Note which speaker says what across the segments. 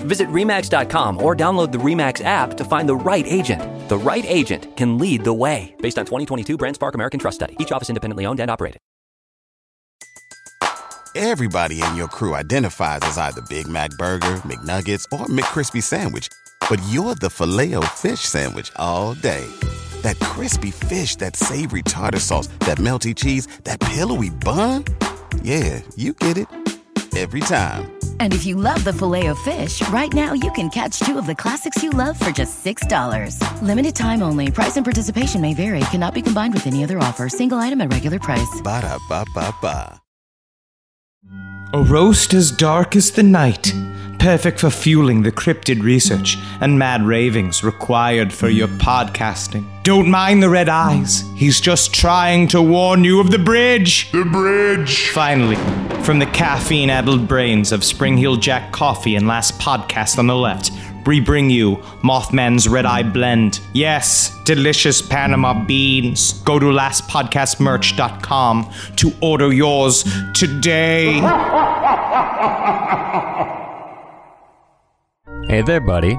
Speaker 1: Visit REMAX.com or download the REMAX app to find the right agent. The right agent can lead the way. Based on 2022 BrandSpark American Trust Study, each office independently owned and operated.
Speaker 2: Everybody in your crew identifies as either Big Mac Burger, McNuggets, or McCrispy Sandwich, but you're the filet fish Sandwich all day. That crispy fish, that savory tartar sauce, that melty cheese, that pillowy bun. Yeah, you get it every time.
Speaker 3: And if you love the filet of fish, right now you can catch two of the classics you love for just $6. Limited time only. Price and participation may vary. Cannot be combined with any other offer. Single item at regular price.
Speaker 2: Ba da ba ba ba.
Speaker 4: A roast as dark as the night, perfect for fueling the cryptid research and mad ravings required for your podcasting. Don't mind the red eyes, he's just trying to warn you of the bridge! The bridge! Finally, from the caffeine addled brains of Spring Heel Jack Coffee and last podcast on the left, we bring you Mothman's Red Eye Blend. Yes, delicious Panama beans. Go to lastpodcastmerch.com to order yours today.
Speaker 5: Hey there, buddy.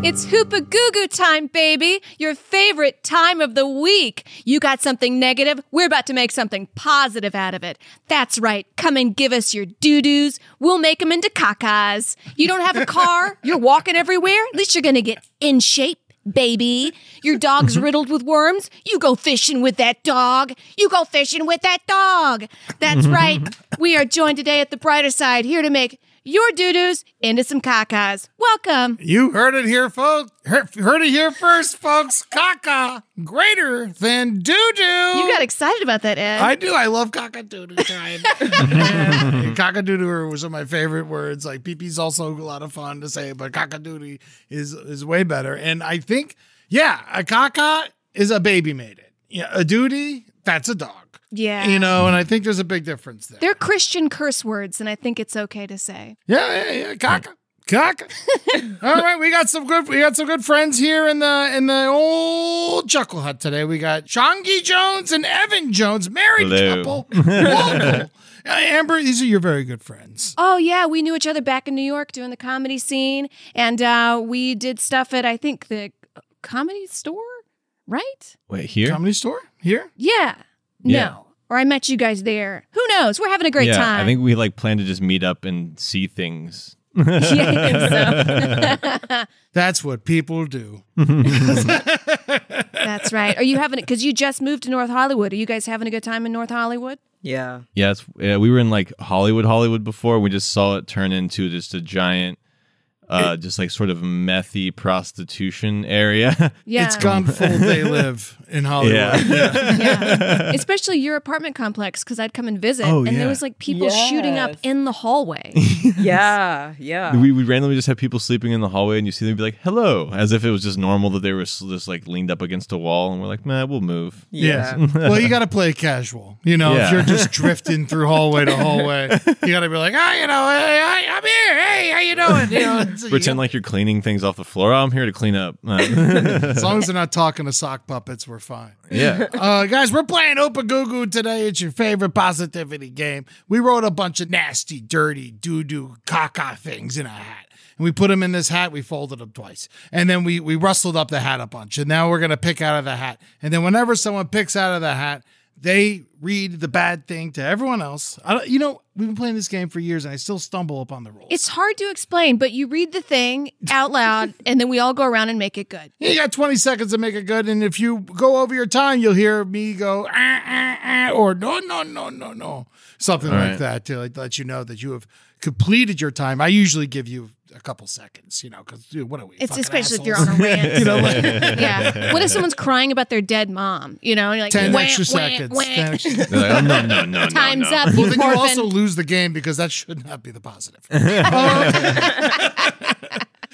Speaker 6: It's Hoopa Goo Goo time, baby! Your favorite time of the week! You got something negative, we're about to make something positive out of it. That's right, come and give us your doo doos, we'll make them into cacas. You don't have a car, you're walking everywhere, at least you're gonna get in shape. Baby, your dog's riddled with worms. You go fishing with that dog. You go fishing with that dog. That's right. We are joined today at the brighter side here to make your doo doos into some cacas. Welcome.
Speaker 7: You heard it here, folks. Heard, heard it here first, folks. Caca greater than doo doo.
Speaker 6: You got excited about that, Ed.
Speaker 7: Oh. I do. I love cockadoo time. And cockadoodoo was one of my favorite words. Like peepee's also a lot of fun to say, but cockadoodie is is way better. And I think, yeah, a caca is a baby made it. Yeah, a duty that's a dog.
Speaker 6: yeah.
Speaker 7: You know, and I think there's a big difference there.
Speaker 6: They're Christian curse words, and I think it's okay to say.
Speaker 7: Yeah, yeah, yeah. Caca. Caca. All right, we got some good we got some good friends here in the in the old chuckle hut today. We got Shangi Jones and Evan Jones, married couple. local. Uh, Amber, these are your very good friends.
Speaker 6: Oh, yeah, we knew each other back in New York doing the comedy scene, and uh, we did stuff at, I think, the comedy store, right?
Speaker 8: Wait, here?
Speaker 7: Comedy store here?
Speaker 6: Yeah.
Speaker 8: Yeah.
Speaker 6: No. Or I met you guys there. Who knows? We're having a great
Speaker 8: yeah,
Speaker 6: time.
Speaker 8: I think we like plan to just meet up and see things.
Speaker 6: Yeah, I think so.
Speaker 7: That's what people do.
Speaker 6: That's right. Are you having it? Because you just moved to North Hollywood. Are you guys having a good time in North Hollywood?
Speaker 9: Yeah.
Speaker 8: Yeah, it's, yeah, we were in like Hollywood, Hollywood before. We just saw it turn into just a giant, uh, just like sort of methy prostitution area.
Speaker 6: Yeah.
Speaker 7: It's gone full day live in Hollywood.
Speaker 6: yeah. Especially your apartment complex, because I'd come and visit,
Speaker 8: Oh,
Speaker 6: and
Speaker 8: yeah.
Speaker 6: there was like people shooting up
Speaker 9: Yes.
Speaker 6: in the hallway.
Speaker 9: Yeah, yeah.
Speaker 8: we, we randomly just have people sleeping in the hallway, and you see them be like, "Hello," as if it was just normal that they were s- just like leaned up against a wall, and we're like, "Man, we'll move."
Speaker 7: Yeah. well, you got to play casual. You know, if
Speaker 8: Yeah.
Speaker 7: you're just drifting through hallway to hallway, you got to be like, oh, you know, hey, I, I'm here. Hey, how you doing? You know, it's-
Speaker 8: Pretend like you're cleaning things off the floor. Oh, I'm here to clean up.
Speaker 7: as long as they're not talking to sock puppets, we're fine.
Speaker 8: yeah.
Speaker 7: Uh, guys, we're playing Opa Goo Goo today. It's your favorite positivity game. We wrote a bunch of nasty, dirty, doo doo, caca things in a hat. and we put them in this hat. We folded them twice, and then we we rustled up the hat a bunch. And now we're gonna pick out of the hat. And then whenever someone picks out of the hat, they read the bad thing to everyone else. I don't, you know, we've been playing this game for years, and I still stumble upon the rules.
Speaker 6: It's hard to explain, but you read the thing out loud and then we all go around and make it good.
Speaker 7: You got 20 seconds to make it good, and if you go over your time, you'll hear me go, ah, ah, ah, or no, no, no, no, no, something
Speaker 8: All
Speaker 7: like
Speaker 8: right.
Speaker 7: that to like, let you know that you have completed your time. I usually give you a couple seconds, you know, because what are we?
Speaker 6: It's
Speaker 7: fucking
Speaker 6: especially if you're on
Speaker 7: assholes?
Speaker 6: a rant.
Speaker 7: you know, like,
Speaker 6: yeah. What if someone's crying about their dead mom? You know, and you're like
Speaker 7: 10
Speaker 6: "Wah,
Speaker 7: extra
Speaker 6: wah,
Speaker 7: seconds.
Speaker 6: wah."
Speaker 7: 10 extra- well,
Speaker 8: They're like, oh, no, no, no, no,
Speaker 6: Time's
Speaker 8: no.
Speaker 6: up. You
Speaker 7: then you
Speaker 6: orphan.
Speaker 7: also lose the game because that should not be the positive. Um,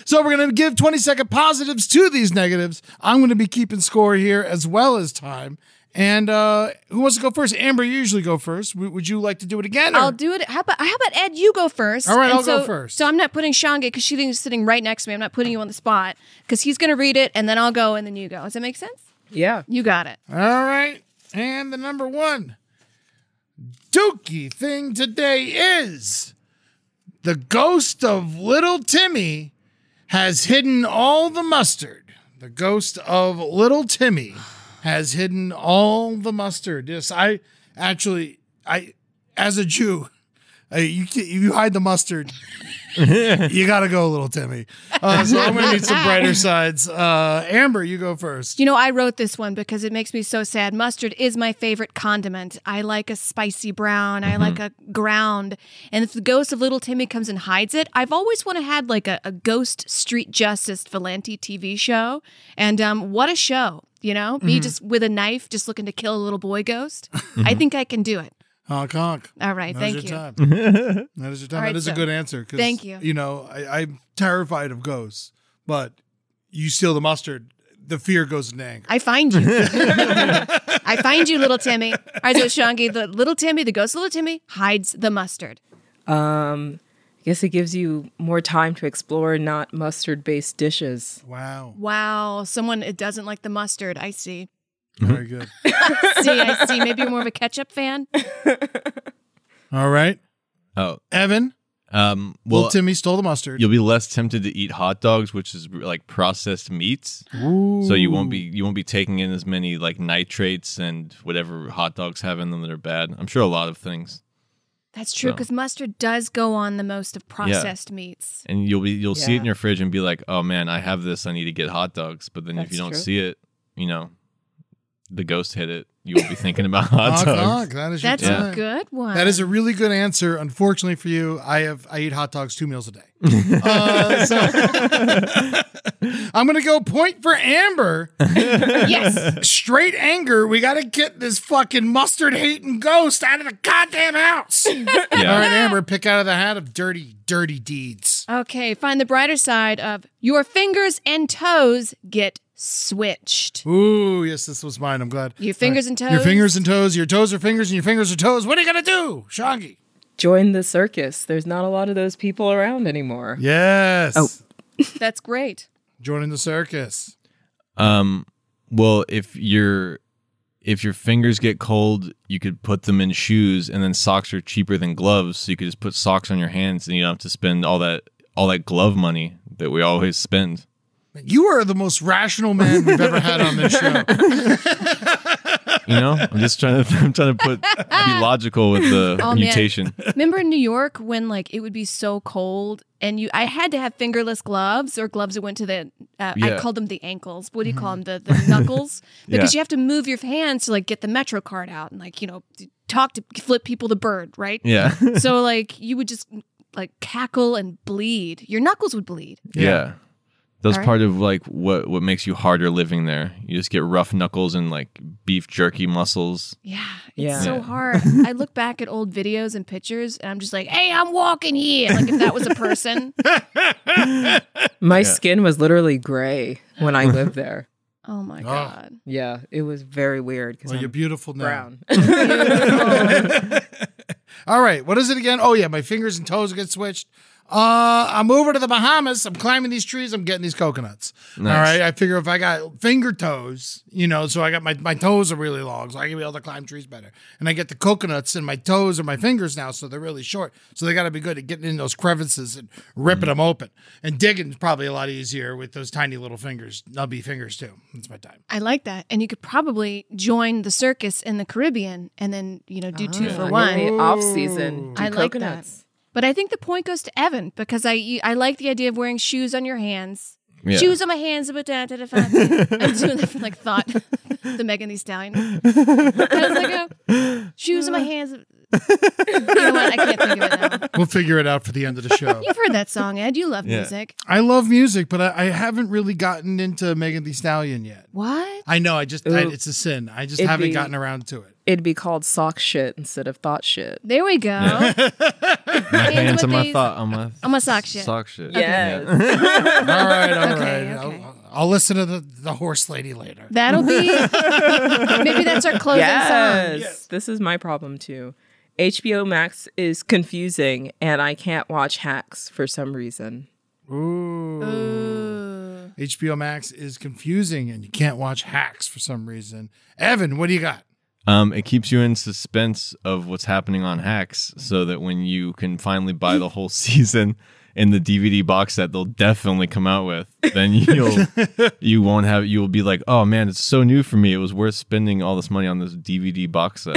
Speaker 7: So we're going to give 20 second positives to these negatives. I'm going to be keeping score here as well as time. And uh, who wants to go first? Amber, you usually go first. W- would you like to do it again? or-
Speaker 6: I'll do it. How about how about Ed? You go first.
Speaker 7: All right, I'll
Speaker 6: so,
Speaker 7: go first.
Speaker 6: So I'm not putting Shange because she's sitting right next to me. I'm not putting you on the spot because he's going to read it and then I'll go and then you go. Does that make sense?
Speaker 10: Yeah.
Speaker 6: You got it.
Speaker 7: All right. And the number one dookie thing today is the ghost of little Timmy has hidden all the mustard. The ghost of little Timmy has hidden all the mustard. Yes, I actually, I, as a Jew, I, you can, you hide the mustard. you gotta go, little Timmy. Uh, so I'm gonna need some brighter sides. Uh, Amber, you go first.
Speaker 6: You know, I wrote this one because it makes me so sad. Mustard is my favorite condiment. I like a spicy brown. I like a ground. And if the ghost of little Timmy comes and hides it, I've always want to had like a, a ghost street justice Valenti TV show. And um, what a show, you know? Me just with a knife, just looking to kill a little boy ghost. I think I can do it.
Speaker 7: Honk honk.
Speaker 6: All right,
Speaker 7: Now's
Speaker 6: thank you.
Speaker 7: your Time. that is your time.
Speaker 6: All right,
Speaker 7: that is a
Speaker 6: so-
Speaker 7: good answer. 'cause,
Speaker 6: Thank you.
Speaker 7: You know, I, I'm terrified of ghosts, but you steal the mustard, the fear goes into anger.
Speaker 6: I find you. I find you, little Timmy. All right, so Shangi, the little Timmy, the ghost of little Timmy, hides the mustard.
Speaker 10: Um, I guess it gives you more time to explore not mustard based dishes.
Speaker 7: Wow.
Speaker 6: Wow, someone it doesn't like the mustard. I see.
Speaker 7: Very good.
Speaker 6: see, I see. Maybe you're more of a ketchup fan.
Speaker 7: All right.
Speaker 8: Oh,
Speaker 7: Evan,
Speaker 8: um,
Speaker 7: well,
Speaker 8: well,
Speaker 7: Timmy stole the mustard.
Speaker 8: you'll be less tempted to eat hot dogs, which is like processed meats. So you won't be you won't be taking in as many like nitrates and whatever hot dogs have in them that are bad. I'm sure a lot of things,
Speaker 6: That's true
Speaker 8: So.
Speaker 6: because mustard does go on the most of processed meats.
Speaker 8: and you'll be you'll see it in
Speaker 10: Yeah.
Speaker 8: your fridge and be like, oh man, I have this. I need to get hot dogs. But then if you
Speaker 10: That's
Speaker 8: don't
Speaker 10: true.
Speaker 8: see it, you know, the ghost hit it. You will be thinking about hot
Speaker 7: Honk,
Speaker 8: dogs.
Speaker 7: honk. That is your
Speaker 6: That's
Speaker 8: Yeah.
Speaker 6: a
Speaker 7: time.
Speaker 6: good one.
Speaker 7: That is a really good answer. Unfortunately for you, I have I eat hot dogs two meals a day. Uh, so I'm gonna go point for Amber.
Speaker 6: yes.
Speaker 7: Straight anger. We gotta get this fucking mustard hating ghost out of the goddamn house. All right,
Speaker 8: Yeah.
Speaker 7: Amber, pick out of the hat of dirty, dirty deeds.
Speaker 6: Okay, find the brighter side of your fingers and toes get switched.
Speaker 7: Ooh, yes, this was mine. I'm glad.
Speaker 6: Your fingers and toes.
Speaker 7: Your fingers and toes, your toes are fingers, and your fingers are toes. What are you gonna do, Shaggy?
Speaker 10: Join the circus. There's not a lot of those people around anymore.
Speaker 7: Yes. Oh.
Speaker 6: That's great.
Speaker 7: Joining the circus.
Speaker 6: Oh.
Speaker 8: Um, well, if your if your fingers get cold, you could put them in shoes, and then socks are cheaper than gloves, so you could just put socks on your hands, and you don't have to spend all that all that glove money that we always spend.
Speaker 7: You are the most rational man we've ever had on this show.
Speaker 8: You know, I'm just trying to I'm trying to put be logical with the
Speaker 6: Ah. Oh, man.
Speaker 8: mutation.
Speaker 6: Remember in New York when like it would be so cold and you I had to have fingerless gloves or gloves that went to the uh, I
Speaker 8: Yeah. Mm-hmm.
Speaker 6: called them the ankles. What do you call them? The, the knuckles because
Speaker 8: Yeah.
Speaker 6: you have to move your hands to like get the metro card out and like you know talk to flip people the bird right.
Speaker 8: Yeah. yeah,
Speaker 6: so like you would just mm, like cackle and bleed. Your knuckles would bleed.
Speaker 8: That's
Speaker 6: All right.
Speaker 8: part of like what what makes you harder living there. You just get rough knuckles and like beef jerky muscles.
Speaker 6: Yeah, it's
Speaker 10: Yeah.
Speaker 6: so
Speaker 8: Yeah.
Speaker 6: hard. I look back at old videos and pictures, and I'm just like, "Hey, I'm walking here." Like if that was a person.
Speaker 10: My skin was literally gray when I lived there.
Speaker 6: Oh my god.
Speaker 10: Yeah, it was very weird because
Speaker 7: Well, you're
Speaker 10: I'm
Speaker 7: beautiful now.
Speaker 10: brown.
Speaker 7: All right, what is it again? Oh yeah, my fingers and toes get switched. Uh, I'm over to the Bahamas. I'm climbing these trees. I'm getting these coconuts. All
Speaker 8: Nice.
Speaker 7: right. I figure if I got finger toes, you know, so I got my, my toes are really long, so I can be able to climb trees better. And I get the coconuts in my toes or my fingers now, so they're really short. So they got to be good at getting in those crevices and ripping them open. And digging's probably a lot easier with those tiny little fingers, nubby fingers too. That's my time.
Speaker 6: I like that. And you could probably join the circus in the Caribbean and then, you know, do two
Speaker 10: Ah,
Speaker 6: for
Speaker 10: in
Speaker 6: one.
Speaker 10: the off season.
Speaker 6: I like that. But I think the point goes to Evan because I I like the idea of wearing shoes on your hands.
Speaker 8: Yeah.
Speaker 6: Shoes on my hands, but da- da- da- da- I'm doing that from like thought, the Megan Thee Stallion. I was like, oh, shoes on my hands. You know what? I can't think of it now.
Speaker 7: We'll figure it out for the end of the show.
Speaker 6: You've heard that song, Ed. You love
Speaker 8: Yeah.
Speaker 6: music.
Speaker 7: I love music, but I, I haven't really gotten into Megan Thee Stallion yet.
Speaker 6: What?
Speaker 7: I know. I just I,
Speaker 10: Ooh.
Speaker 7: it's a sin. I just
Speaker 10: It'd
Speaker 7: haven't
Speaker 10: be-
Speaker 7: gotten around to it.
Speaker 10: It'd be called sock shit instead of thought shit.
Speaker 6: There we go.
Speaker 8: My
Speaker 6: Hands
Speaker 8: hands
Speaker 6: with
Speaker 8: on my
Speaker 6: these-
Speaker 8: thought on my
Speaker 6: on my sock shit.
Speaker 8: Sock shit.
Speaker 7: All right, all right.
Speaker 6: Okay, okay.
Speaker 7: I'll, I'll listen to the, the horse lady later.
Speaker 6: That'll be maybe that's our closing
Speaker 10: yes.
Speaker 6: song.
Speaker 10: This is my problem too. HBO Max is confusing and I can't watch hacks for some reason.
Speaker 7: Ooh. HBO Max is confusing, and you can't watch hacks for some reason. Evan, what do you got?
Speaker 8: Um, it keeps you in suspense of what's happening on Hacks, so that when you can finally buy the whole season in the DVD box set, they'll definitely come out with. Then you'll you won't have you will be like, oh man, it's so new for me. It was worth spending all this money on this DVD box set.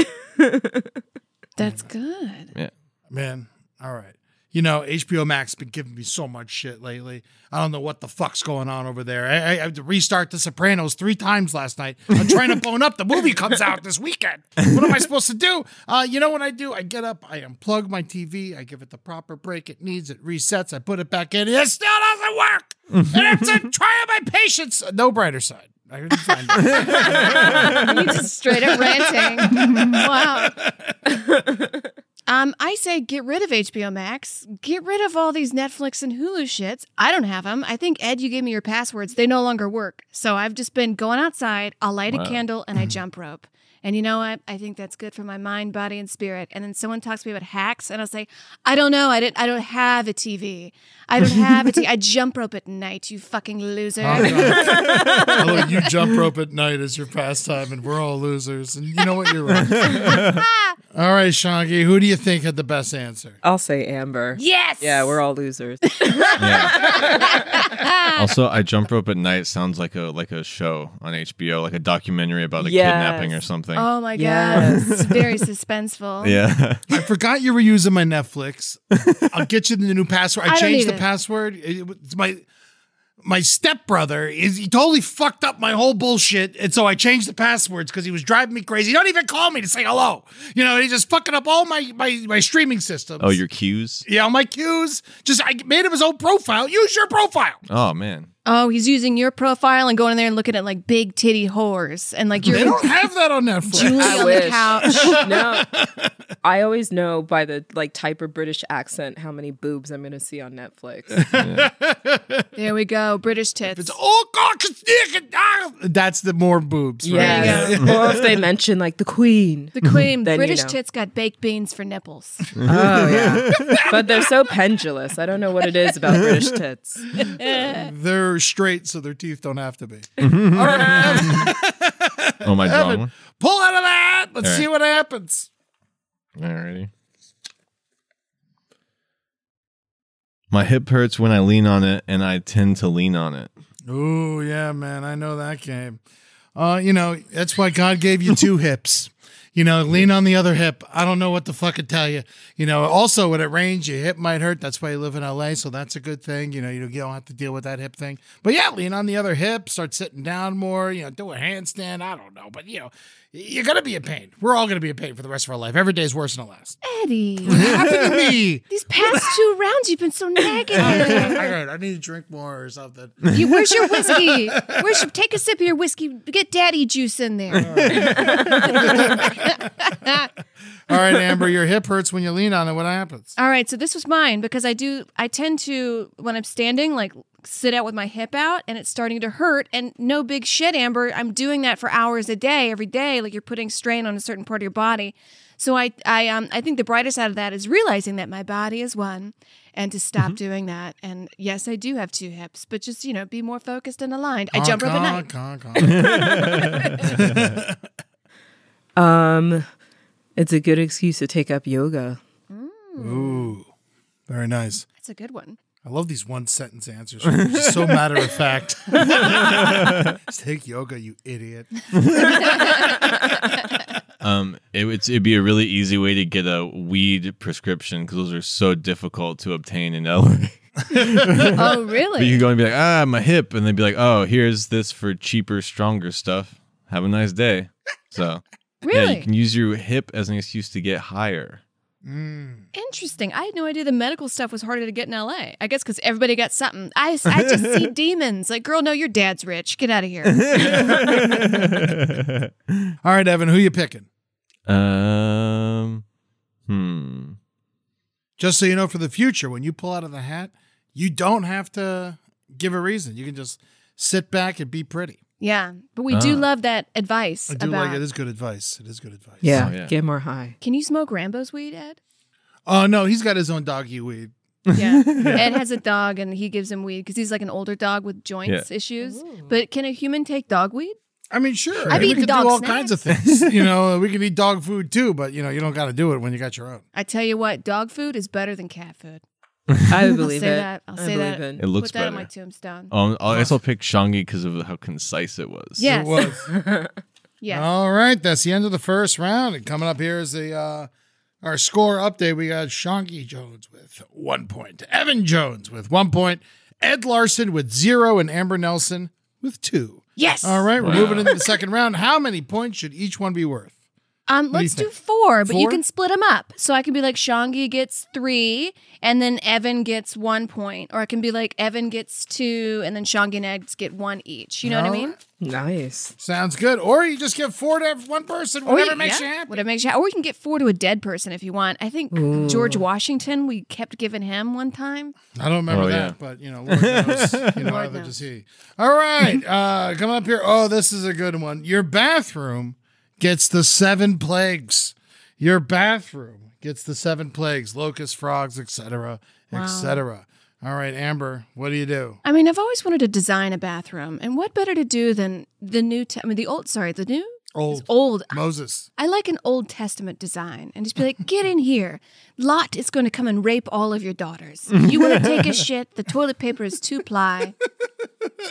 Speaker 6: That's good.
Speaker 7: Man, all right. You know, HBO Max been giving me so much shit lately. I don't know what the fuck's going on over there. I, I, I had to restart The Sopranos three times last night. I'm trying to bone up. The movie comes out this weekend. What am I supposed to do? Uh, you know what I do? I get up, I unplug my TV, I give it the proper break it needs, it resets, I put it back in. It still doesn't work. and I'm t- trying my patience. Uh, No brighter side. I didn't find it.
Speaker 6: You just straight up ranting. Wow. Um, I say get rid of HBO Max. Get rid of all these Netflix and Hulu shits. I don't have them. I think Ed, you gave me your passwords. They no longer work. So I've just been going outside. I'll light a candle and I
Speaker 7: Mm.
Speaker 6: jump rope. And you know what? I think that's good for my mind, body, and spirit. And then someone talks to me about hacks, and I'll say, I don't know. I didn't. I don't have a TV. I don't have a TV. I jump rope at night. You fucking loser.
Speaker 7: Oh, Although you jump rope at night is your pastime, and we're all losers. And you know what? You're right. all right, Shangi, who do you think had the best answer?
Speaker 10: I'll say Amber.
Speaker 6: yes.
Speaker 10: Yeah, we're all losers.
Speaker 8: also, I jump rope at night sounds like a like a show on HBO, like a documentary about a
Speaker 10: Yes.
Speaker 8: kidnapping or something.
Speaker 6: Oh my
Speaker 10: Yes.
Speaker 6: god, it's very suspenseful.
Speaker 8: Yeah,
Speaker 7: I forgot you were using my Netflix. I'll get you the new password. I,
Speaker 6: I don't
Speaker 7: changed
Speaker 6: need
Speaker 7: the
Speaker 6: it.
Speaker 7: password. It- it's my my stepbrother is he totally fucked up my whole bullshit, and so I changed the passwords because he was driving me crazy. He don't even call me to say hello. You know, he's just fucking up all my my my streaming systems.
Speaker 8: oh, your cues.
Speaker 7: yeah, all my cues. Just I made him his own profile. Use your profile.
Speaker 8: Oh man,
Speaker 6: Oh, he's using your profile and going in there and looking at like big titty whores and like
Speaker 7: They
Speaker 6: you're
Speaker 7: don't have that on Netflix.
Speaker 6: Julie
Speaker 10: I
Speaker 6: on the
Speaker 10: wish.
Speaker 6: couch.
Speaker 10: Uh, no. I always know by the like type of British accent how many boobs I'm gonna see on Netflix.
Speaker 6: There we go, British tits.
Speaker 7: It's all caucus naked. ah! That's the more boobs. Right?
Speaker 10: yes. or if they mention like the Queen.
Speaker 6: the queen,
Speaker 10: Then you
Speaker 6: British
Speaker 10: know.
Speaker 6: tits got baked beans for nipples.
Speaker 10: Oh yeah. but they're so pendulous. I don't know what it is about British tits.
Speaker 7: They're straight, so their teeth don't have to be.
Speaker 8: Mm-hmm. oh my
Speaker 7: Evan,
Speaker 8: drawing one.
Speaker 7: pull out of that. Let's
Speaker 8: All right.
Speaker 7: see what happens.
Speaker 8: Alrighty. My hip hurts when I lean on it, and I tend to lean on it.
Speaker 7: Ooh, yeah, man. I know that game. Uh, you know, that's why God gave you two hips. You know, lean on the other hip. I don't know what the fuck to tell you. You know, also when it rains, your hip might hurt. That's why you live in LA, so that's a good thing. You know, you don't have to deal with that hip thing. But yeah, lean on the other hip, start sitting down more, you know, do a handstand. I don't know. But you know, you're gonna be in pain. We're all gonna be in pain for the rest of our life. Every day is worse than the last.
Speaker 6: Eddie,
Speaker 7: Happened to me.
Speaker 6: these past two rounds you've been so negative.
Speaker 7: All right, I need to drink more or something.
Speaker 6: You, where's your whiskey? Where's your, take a sip of your whiskey. Get daddy juice in there.
Speaker 7: All right, Amber, your hip hurts when you lean on it. What happens?
Speaker 6: All right, so this was mine because I do I tend to when I'm standing like sit out with my hip out and it's starting to hurt. And no big shit, Amber. I'm doing that for hours a day, every day. Like you're putting strain on a certain part of your body. So I, I, um, I think the brighter side of that is realizing that my body is one, and to stop doing that. And yes, I do have two hips, but just you know, be more focused and aligned. I jump rope at night.
Speaker 10: um, it's a good excuse to take up yoga.
Speaker 7: Mm. Ooh, very nice.
Speaker 6: That's a good one.
Speaker 7: I love these one sentence answers. They're just so matter of fact. Take yoga, you idiot.
Speaker 8: Um, it, it's, it'd be a really easy way to get a weed prescription because those are so difficult to obtain in LA.
Speaker 6: oh,
Speaker 8: but you
Speaker 6: really?
Speaker 8: can go and be like, ah, my hip, and they'd be like, oh, here's this for cheaper, stronger stuff. Have a nice day. So yeah,
Speaker 6: Really?
Speaker 8: you can use your hip as an excuse to get higher.
Speaker 6: Interesting. I had no idea the medical stuff was harder to get in LA. I guess because everybody got something. I, s- I just see demons. Like, girl, no, your dad's rich. Get out of here.
Speaker 7: All right, Evan, who you picking?
Speaker 8: Um, hmm.
Speaker 7: Just so you know, for the future, when you pull out of the hat, you don't have to give a reason. You can just sit back and be pretty.
Speaker 6: yeah. But we do
Speaker 10: Uh.
Speaker 8: Ah.
Speaker 6: love that advice
Speaker 7: I do
Speaker 6: about
Speaker 7: like it. It is good advice. It is good advice.
Speaker 10: Yeah,
Speaker 8: Oh, yeah.
Speaker 10: get more high.
Speaker 6: can you smoke Rambo's weed, Ed?
Speaker 7: Oh no, he's got his own doggy weed.
Speaker 6: Yeah. Ed has a dog and he gives him weed because he's like an older dog with joints issues. But can a human take dog weed?
Speaker 7: I mean, sure,
Speaker 6: I've
Speaker 7: we
Speaker 6: eaten
Speaker 7: could
Speaker 6: dog
Speaker 7: do all
Speaker 6: snacks.
Speaker 7: kinds of things. you know, we can eat dog food too, but you know, you don't got to do it when you got your own.
Speaker 6: I tell you what, dog food is better than cat food.
Speaker 10: I believe
Speaker 6: say
Speaker 10: it.
Speaker 6: that. I'll
Speaker 10: I
Speaker 6: say that.
Speaker 10: believe
Speaker 8: It
Speaker 10: it.
Speaker 8: looks
Speaker 6: Put that
Speaker 8: better.
Speaker 6: on my tombstone.
Speaker 8: Um, I'll- I guess I'll pick Shangi because of how concise it was.
Speaker 6: yes.
Speaker 7: It was.
Speaker 6: Yes.
Speaker 7: All right, that's the end of the first round. And coming up here is the uh our score update. We got Shonky Jones with one point, Evan Jones with one point, Ed Larson with zero, and Amber Nelson with two.
Speaker 6: Yes.
Speaker 7: All right, we're
Speaker 8: Wow.
Speaker 7: moving into the second round. How many points should each one be worth?
Speaker 6: Um,
Speaker 7: do you
Speaker 6: let's do
Speaker 7: think?
Speaker 6: four, but you
Speaker 7: Four?
Speaker 6: can split them up. So I can be like Shangi gets three, and then Evan gets one point, or I can be like Evan gets two, and then Shangi and Ed get one each. You know what I
Speaker 7: All
Speaker 6: mean?
Speaker 10: Nice.
Speaker 7: Sounds good. Or you just give four to every- one person, whatever
Speaker 6: Or
Speaker 7: makes
Speaker 6: yeah,
Speaker 7: you happy.
Speaker 6: Whatever makes you happy. Or we can get four to a dead person if you want. I think George Washington, we kept giving him one time.
Speaker 7: I don't remember
Speaker 8: Oh,
Speaker 7: that,
Speaker 8: yeah.
Speaker 7: but you know, Lord knows. You know, either does he. All right, uh, coming up here. Oh, this is a good one. Your bathroom gets the seven plagues. Your bathroom gets the seven plagues: locusts, frogs, etc., etc. All right, Amber, what do you do?
Speaker 6: I mean, I've always wanted to design a bathroom, and what better to do than the new? Te- I mean, the old. Sorry, the new.
Speaker 7: Old
Speaker 6: Old
Speaker 7: Moses.
Speaker 6: I like an Old Testament design and just be like, get in here. Lot is going to come and rape all of your daughters. You want to take a shit. The toilet paper is two ply.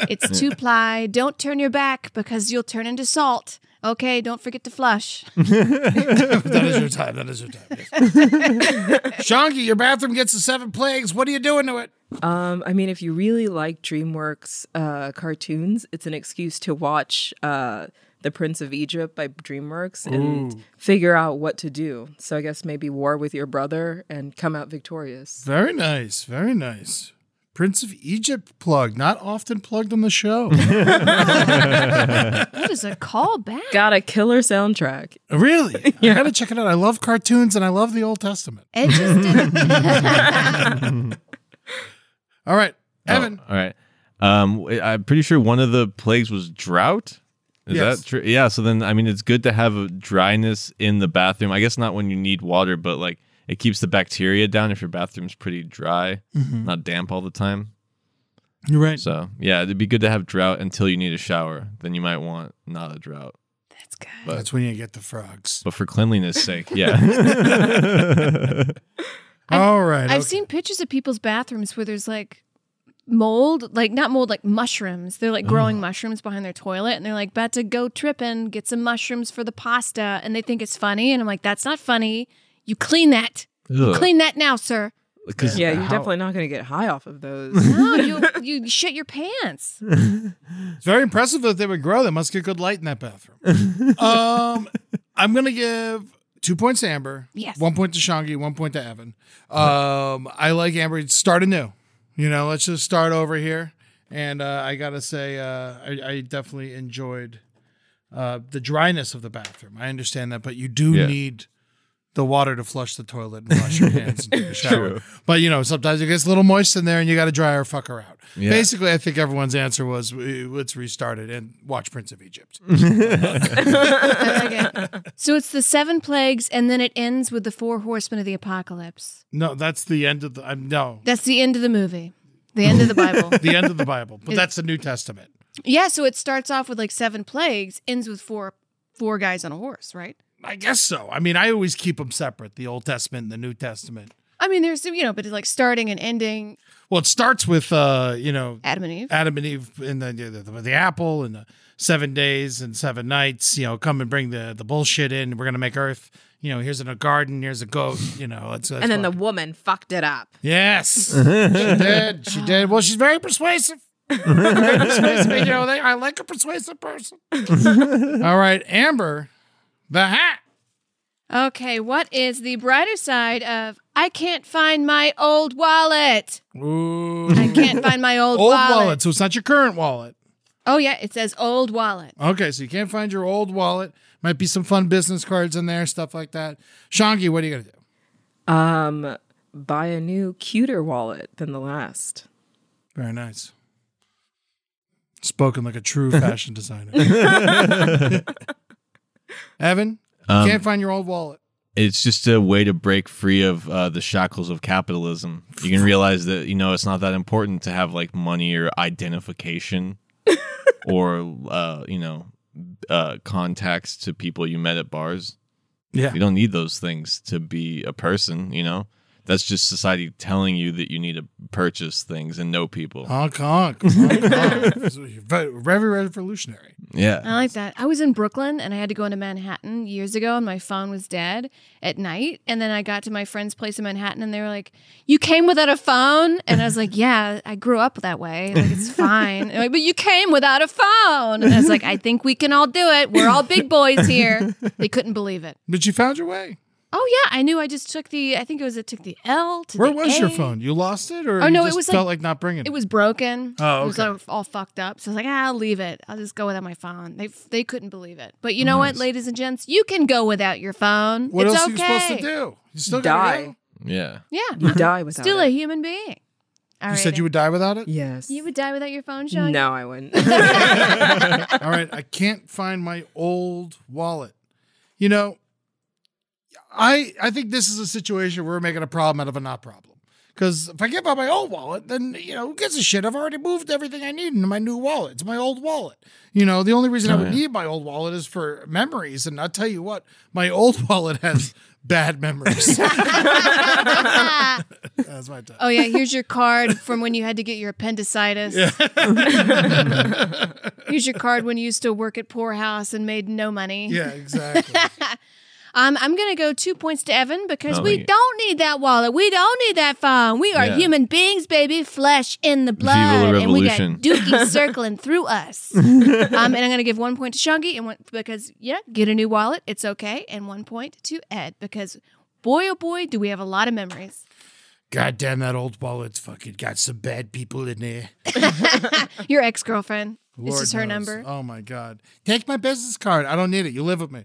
Speaker 6: It's two ply. Don't turn your back because you'll turn into salt. Okay, don't forget to flush.
Speaker 7: that is your time. That is your time. Yes. Shonky, your bathroom gets the seven plagues. What are you doing to it?
Speaker 10: Um, I mean, if you really like DreamWorks uh, cartoons, it's an excuse to watch uh, The Prince of Egypt by DreamWorks and figure out what to do. So I guess maybe war with your brother and come out victorious.
Speaker 7: Very nice. Very nice. Prince of Egypt plug. Not often plugged on the show.
Speaker 6: That is a call back.
Speaker 10: Got a killer soundtrack.
Speaker 7: Really? I gotta check it out. I love cartoons and I love the Old Testament.
Speaker 6: It just didn't.
Speaker 7: All right,
Speaker 8: Oh,
Speaker 7: Evan.
Speaker 8: all right. Um, w- I'm pretty sure one of the plagues was drought. Is
Speaker 7: Yes.
Speaker 8: that true? Yeah. So then, I mean, it's good to have a dryness in the bathroom. I guess not when you need water, but like it keeps the bacteria down if your bathroom's pretty dry, not damp all the time.
Speaker 7: Mm-hmm. You're right.
Speaker 8: So yeah, it'd be good to have drought until you need a shower. Then you might want not a drought.
Speaker 6: That's good.
Speaker 7: That's when you get the frogs.
Speaker 8: But for cleanliness' sake, yeah.
Speaker 7: All right. okay.
Speaker 6: I've seen pictures of people's bathrooms where there's like mold, like not mold, like mushrooms. They're like growing mushrooms behind their toilet and they're like about to go tripping, get some mushrooms for the pasta. And they think it's funny. And I'm like, that's not funny. You clean that. You
Speaker 8: Ugh.
Speaker 6: clean that now, sir.
Speaker 8: 'Cause
Speaker 10: Yeah, you're
Speaker 8: how-
Speaker 10: definitely not going to get high off of those.
Speaker 6: No, you, you shit your pants.
Speaker 7: It's very impressive that they would grow. They must get good light in that bathroom. um, I'm gonna give two points to Amber.
Speaker 6: Yes.
Speaker 7: One point to Shangi. One point to Evan. Um, I like Amber. Start anew. You know, let's just start over here. And uh, I gotta say, uh, I, I definitely enjoyed uh, the dryness of the bathroom. I understand that, but you do
Speaker 8: Yeah.
Speaker 7: need the water to flush the toilet and wash your hands and take a shower.
Speaker 8: True.
Speaker 7: But you know, sometimes it gets a little moist in there, and you got to dry our fucker out.
Speaker 8: Yeah.
Speaker 7: Basically, I think everyone's answer was, "We- "Let's restart it and watch Prince of Egypt."
Speaker 6: So it's the seven plagues, and then it ends with the four horsemen of the apocalypse.
Speaker 7: No, that's the end of the. Um, no,
Speaker 6: That's the end of the movie, the end of the Bible.
Speaker 7: the end of the Bible, but that's the New Testament.
Speaker 6: yeah, so it starts off with like seven plagues, ends with four four guys on a horse, right?
Speaker 7: I guess so. I mean, I always keep them separate: the Old Testament and the New Testament.
Speaker 6: I mean, there's you know, but it's like starting and ending,
Speaker 7: Well, it starts with uh, you know
Speaker 6: Adam and Eve.
Speaker 7: Adam and Eve and the, the, the, the apple and the seven days and seven nights. You know, come and bring the the bullshit in. We're gonna make Earth. You know, here's a garden. Here's a goat. You know, it's,
Speaker 10: and then the woman fucked it up.
Speaker 7: yes, she did. She did. Well, she's very persuasive. Very persuasive. You know, they, I like a persuasive person. All right, Amber, the hat.
Speaker 6: Okay, what is the brighter side of I can't find my old wallet?
Speaker 7: Ooh.
Speaker 6: I can't find my old,
Speaker 7: Old
Speaker 6: wallet.
Speaker 7: wallet, so it's not your current wallet.
Speaker 6: Oh yeah, it says old wallet.
Speaker 7: Okay, so you can't find your old wallet. Might be some fun business cards in there, stuff like that. Shangi, what are you gonna do?
Speaker 10: Um, buy a new cuter wallet than the last.
Speaker 7: Very nice. Spoken like a true fashion designer. Evan, you
Speaker 8: Um,
Speaker 7: can't find your old wallet.
Speaker 8: it's just a way to break free of uh, the shackles of capitalism. You can realize that you know it's not that important to have like money or identification or uh, you know uh, contacts to people you met at bars.
Speaker 7: Yeah.
Speaker 8: You don't need those things to be a person. You know, that's just society telling you that you need to purchase things and know people.
Speaker 7: Honk, honk. honk, honk. So you're Very, very revolutionary.
Speaker 8: Yeah,
Speaker 6: I like that. I was in Brooklyn and I had to go into Manhattan years ago and my phone was dead at night. And then I got to my friend's place in Manhattan and they were like, You came without a phone? And I was like, Yeah, I grew up that way. Like, it's fine. And like, but you came without a phone. And I was like, I think we can all do it. We're all big boys here. They couldn't believe it.
Speaker 7: But you found your way.
Speaker 6: Oh, yeah. I knew I just took the, I think it was, it took the L to
Speaker 7: Where
Speaker 6: the
Speaker 7: was your
Speaker 6: A.
Speaker 7: phone? You lost it, or
Speaker 6: Oh,
Speaker 7: you
Speaker 6: no, it
Speaker 7: just
Speaker 6: was, like-
Speaker 7: felt like, not bringing it.
Speaker 6: It was broken.
Speaker 7: Oh,
Speaker 6: It was
Speaker 7: okay.
Speaker 6: all, all fucked up. So I was like, ah, I'll leave it. I'll just go without my phone. They they couldn't believe it. But you know what, ladies and gents, you can go without your phone.
Speaker 7: What
Speaker 6: it's
Speaker 7: else
Speaker 6: okay.
Speaker 7: are you supposed to do? Oh, You still gotta
Speaker 10: Die.
Speaker 7: go?
Speaker 8: yeah.
Speaker 6: Yeah,
Speaker 10: You die without
Speaker 6: still a
Speaker 10: it.
Speaker 6: human being. All
Speaker 7: You
Speaker 6: right.
Speaker 7: said you would die without it.
Speaker 10: Yes.
Speaker 6: You would die without your phone, Sean.
Speaker 10: No, I wouldn't.
Speaker 7: All right, I can't find my old wallet. You know, I I think this is a situation where we're making a problem out of a not problem. Because if I give out my old wallet, then you know who gives a shit? I've already moved everything I need into my new wallet. It's my old wallet. You know, the only
Speaker 4: Oh,
Speaker 7: reason I would need my old wallet is for memories. And I'll tell you what, my old wallet has bad memories. That's my time.
Speaker 6: Oh yeah, here's your card from when you had to get your appendicitis. here's your card when you used to work at poorhouse and made no money.
Speaker 7: Yeah, exactly.
Speaker 6: Um, I'm gonna go two points to Evan because
Speaker 8: Oh,
Speaker 6: we
Speaker 8: thank you.
Speaker 6: don't need that wallet. We don't need that phone. We are
Speaker 8: Yeah.
Speaker 6: human beings, baby, flesh in the blood,
Speaker 8: the
Speaker 6: and we got
Speaker 8: revolution.
Speaker 6: Dookie circling through us. um, and I'm gonna give one point to Shangi and one because yeah, get a new wallet, it's okay, and one point to Ed because boy oh boy, do we have a lot of memories.
Speaker 7: God damn that old wallet's fucking got some bad people in there.
Speaker 6: Your ex girlfriend. This
Speaker 7: Lord
Speaker 6: is her
Speaker 7: knows.
Speaker 6: number.
Speaker 7: Oh my god! Take my business card. I don't need it. You live with me.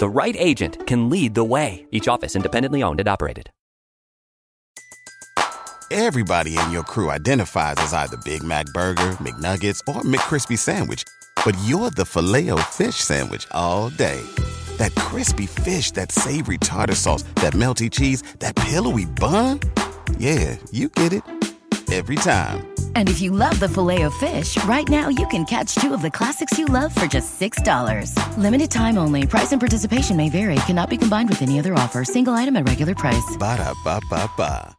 Speaker 1: The right agent can lead the way. Each office independently owned and operated.
Speaker 2: Everybody in your crew identifies as either Big Mac Burger, McNuggets, or McCrispy Sandwich. But you're the filet fish Sandwich all day. That crispy fish, that savory tartar sauce, that melty cheese, that pillowy bun. Yeah, you get it. Every time.
Speaker 3: And if you love the filet of fish, right now you can catch two of the classics you love for just $6. Limited time only. Price and participation may vary. Cannot be combined with any other offer. Single item at regular price.
Speaker 2: Ba-da-ba-ba-ba.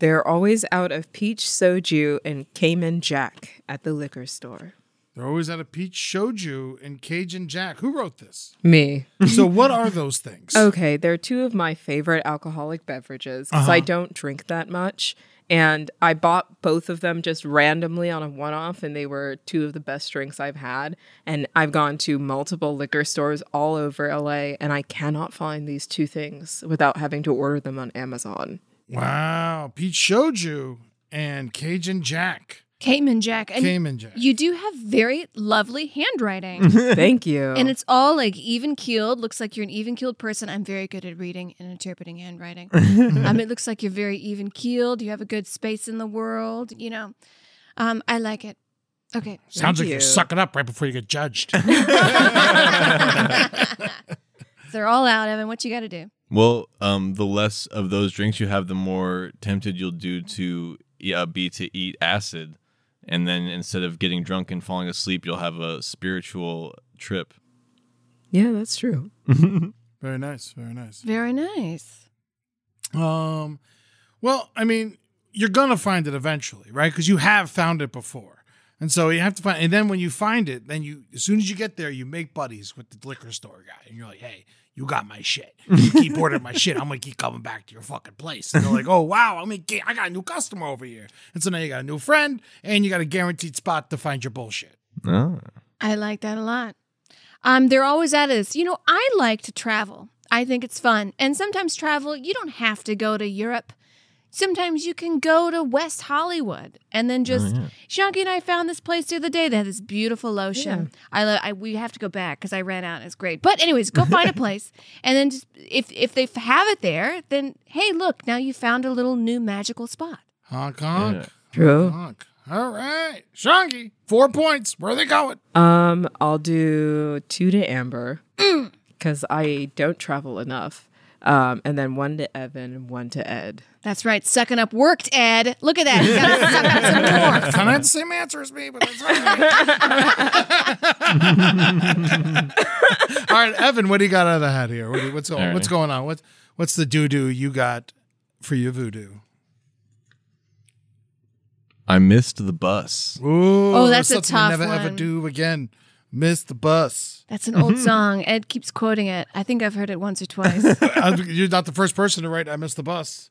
Speaker 10: They're always out of peach soju and Cayman Jack at the liquor store.
Speaker 7: They're always out of peach shoju and Cajun Jack. Who wrote this?
Speaker 10: Me.
Speaker 7: So what are those things?
Speaker 10: Okay, they're two of my favorite alcoholic beverages because I
Speaker 7: Uh-huh.
Speaker 10: don't drink that much. And I bought both of them just randomly on a one off, and they were two of the best drinks I've had. And I've gone to multiple liquor stores all over LA, and I cannot find these two things without having to order them on Amazon.
Speaker 7: Wow, peach shoju and Cajun Jack.
Speaker 6: Cayman Jack. And
Speaker 7: Cayman Jack.
Speaker 6: You do have very lovely handwriting.
Speaker 10: Thank you.
Speaker 6: And it's all like even keeled. Looks like you're an even keeled person. I'm very good at reading and interpreting handwriting. um, it looks like you're very even keeled. You have a good space in the world. You know, um, I like it. Okay.
Speaker 7: Sounds like
Speaker 6: you
Speaker 7: you suck it up right before you get judged.
Speaker 6: They're all out, Evan. What you got to do?
Speaker 8: Well, um, the less of those drinks you have, the more tempted you'll do to uh, be to eat acid, and then instead of getting drunk and falling asleep, you'll have a spiritual trip.
Speaker 10: yeah, that's true.
Speaker 7: very nice. Very nice.
Speaker 6: Very nice.
Speaker 7: Um, well, I mean, you're gonna find it eventually, right? Because you have found it before, and so you have to find. And then when you find it, then you, as soon as you get there, you make buddies with the liquor store guy, and you're like, "Hey, you got my shit. You keep ordering my shit. I'm gonna keep coming back to your fucking place." And they're like, "Oh wow, I mean, I got a new customer over here," and so now you got a new friend, and you got a guaranteed spot to find your bullshit.
Speaker 6: I like that a lot. Um, they're always at us. You know, I like to travel. I think it's fun. And sometimes travel, you don't have to go to Europe. Sometimes you can go to West Hollywood and then just. Shanky and I found this place the other day. They had this beautiful lotion. I, lo- I we have to go back because I ran out. and It's great. But anyways, go find a place and then just if if they f- have it there, then hey, look, now you found a little new magical spot.
Speaker 7: Honk honk.
Speaker 10: True.
Speaker 7: Honk. All right, Shanky, four points. Where are they going?
Speaker 10: Um, I'll do two to Amber because I don't travel enough. Um, and then one to Evan and one to Ed.
Speaker 6: That's right. Sucking up worked, Ed. Look at that. You gotta suck up some more.
Speaker 7: It's not the same answer as me, but it's all right. all right, Evan, what do you got out of the hat here? What do you- what's going,
Speaker 8: All right.
Speaker 7: what's going on? What's what's the doo doo you got for your voodoo?
Speaker 8: I missed the bus.
Speaker 7: Ooh,
Speaker 6: Oh, that's a
Speaker 7: something
Speaker 6: tough
Speaker 7: you never ever
Speaker 6: one.
Speaker 7: do again. Miss the bus.
Speaker 6: That's an
Speaker 8: Mm-hmm.
Speaker 6: old song. Ed keeps quoting it. I think I've heard it once or twice.
Speaker 7: I- You're not the first person to write. I missed the bus.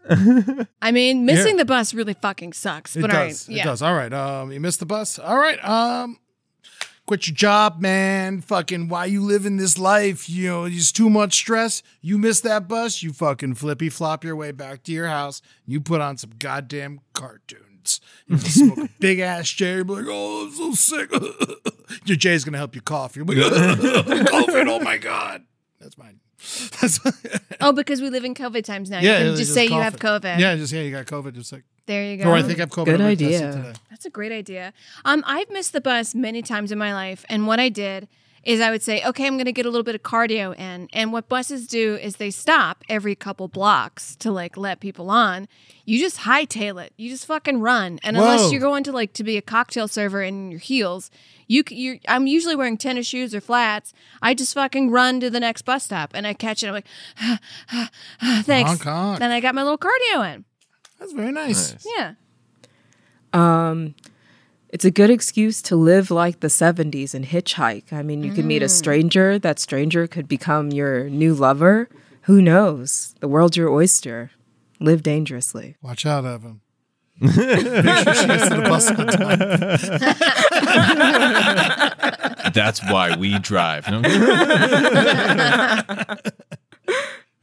Speaker 6: I mean, missing
Speaker 7: Yeah.
Speaker 6: the bus really fucking sucks.
Speaker 7: It
Speaker 6: But all right,
Speaker 7: does. It does. All right. Um, you missed the bus. All right. Um, quit your job, man. Fucking, why you living this life? You know, it's too much stress. You miss that bus, you fucking flippy flop your way back to your house. You put on some goddamn cartoons. You just smoke a big ass J. You're like, oh, I'm so sick. your J's gonna help you cough. You're like, COVID. Oh my god. That's mine. That's
Speaker 6: Oh, because we live in COVID times now. you can just, say you
Speaker 7: cough
Speaker 6: have
Speaker 7: it.
Speaker 6: COVID.
Speaker 7: Yeah, just yeah, you got COVID. Just like,
Speaker 6: There you go.
Speaker 7: or I think I've COVID.
Speaker 10: Good
Speaker 7: I got tested
Speaker 10: idea.
Speaker 7: Today.
Speaker 6: That's a great idea. Um, I've missed the bus many times in my life, and what I did is I would say, okay, I'm going to get a little bit of cardio in. And what buses do is they stop every couple blocks to like let people on. You just hightail it. You just fucking run. And
Speaker 7: Whoa.
Speaker 6: unless you're going to like to be a cocktail server in your heels, you c- you're, I'm usually wearing tennis shoes or flats. I just fucking run to the next bus stop and I catch it. I'm like, thanks.
Speaker 7: Honk, honk.
Speaker 6: Then I got my little cardio in.
Speaker 7: That's very nice.
Speaker 6: Yeah.
Speaker 10: Um, it's a good excuse to live like the 70s and hitchhike. I mean, you could meet a stranger. That stranger could become your new lover. Who knows? The world's your oyster. Live dangerously.
Speaker 7: Watch out, Evan. Make sure she gets to the bus on time.
Speaker 8: That's why we drive. No?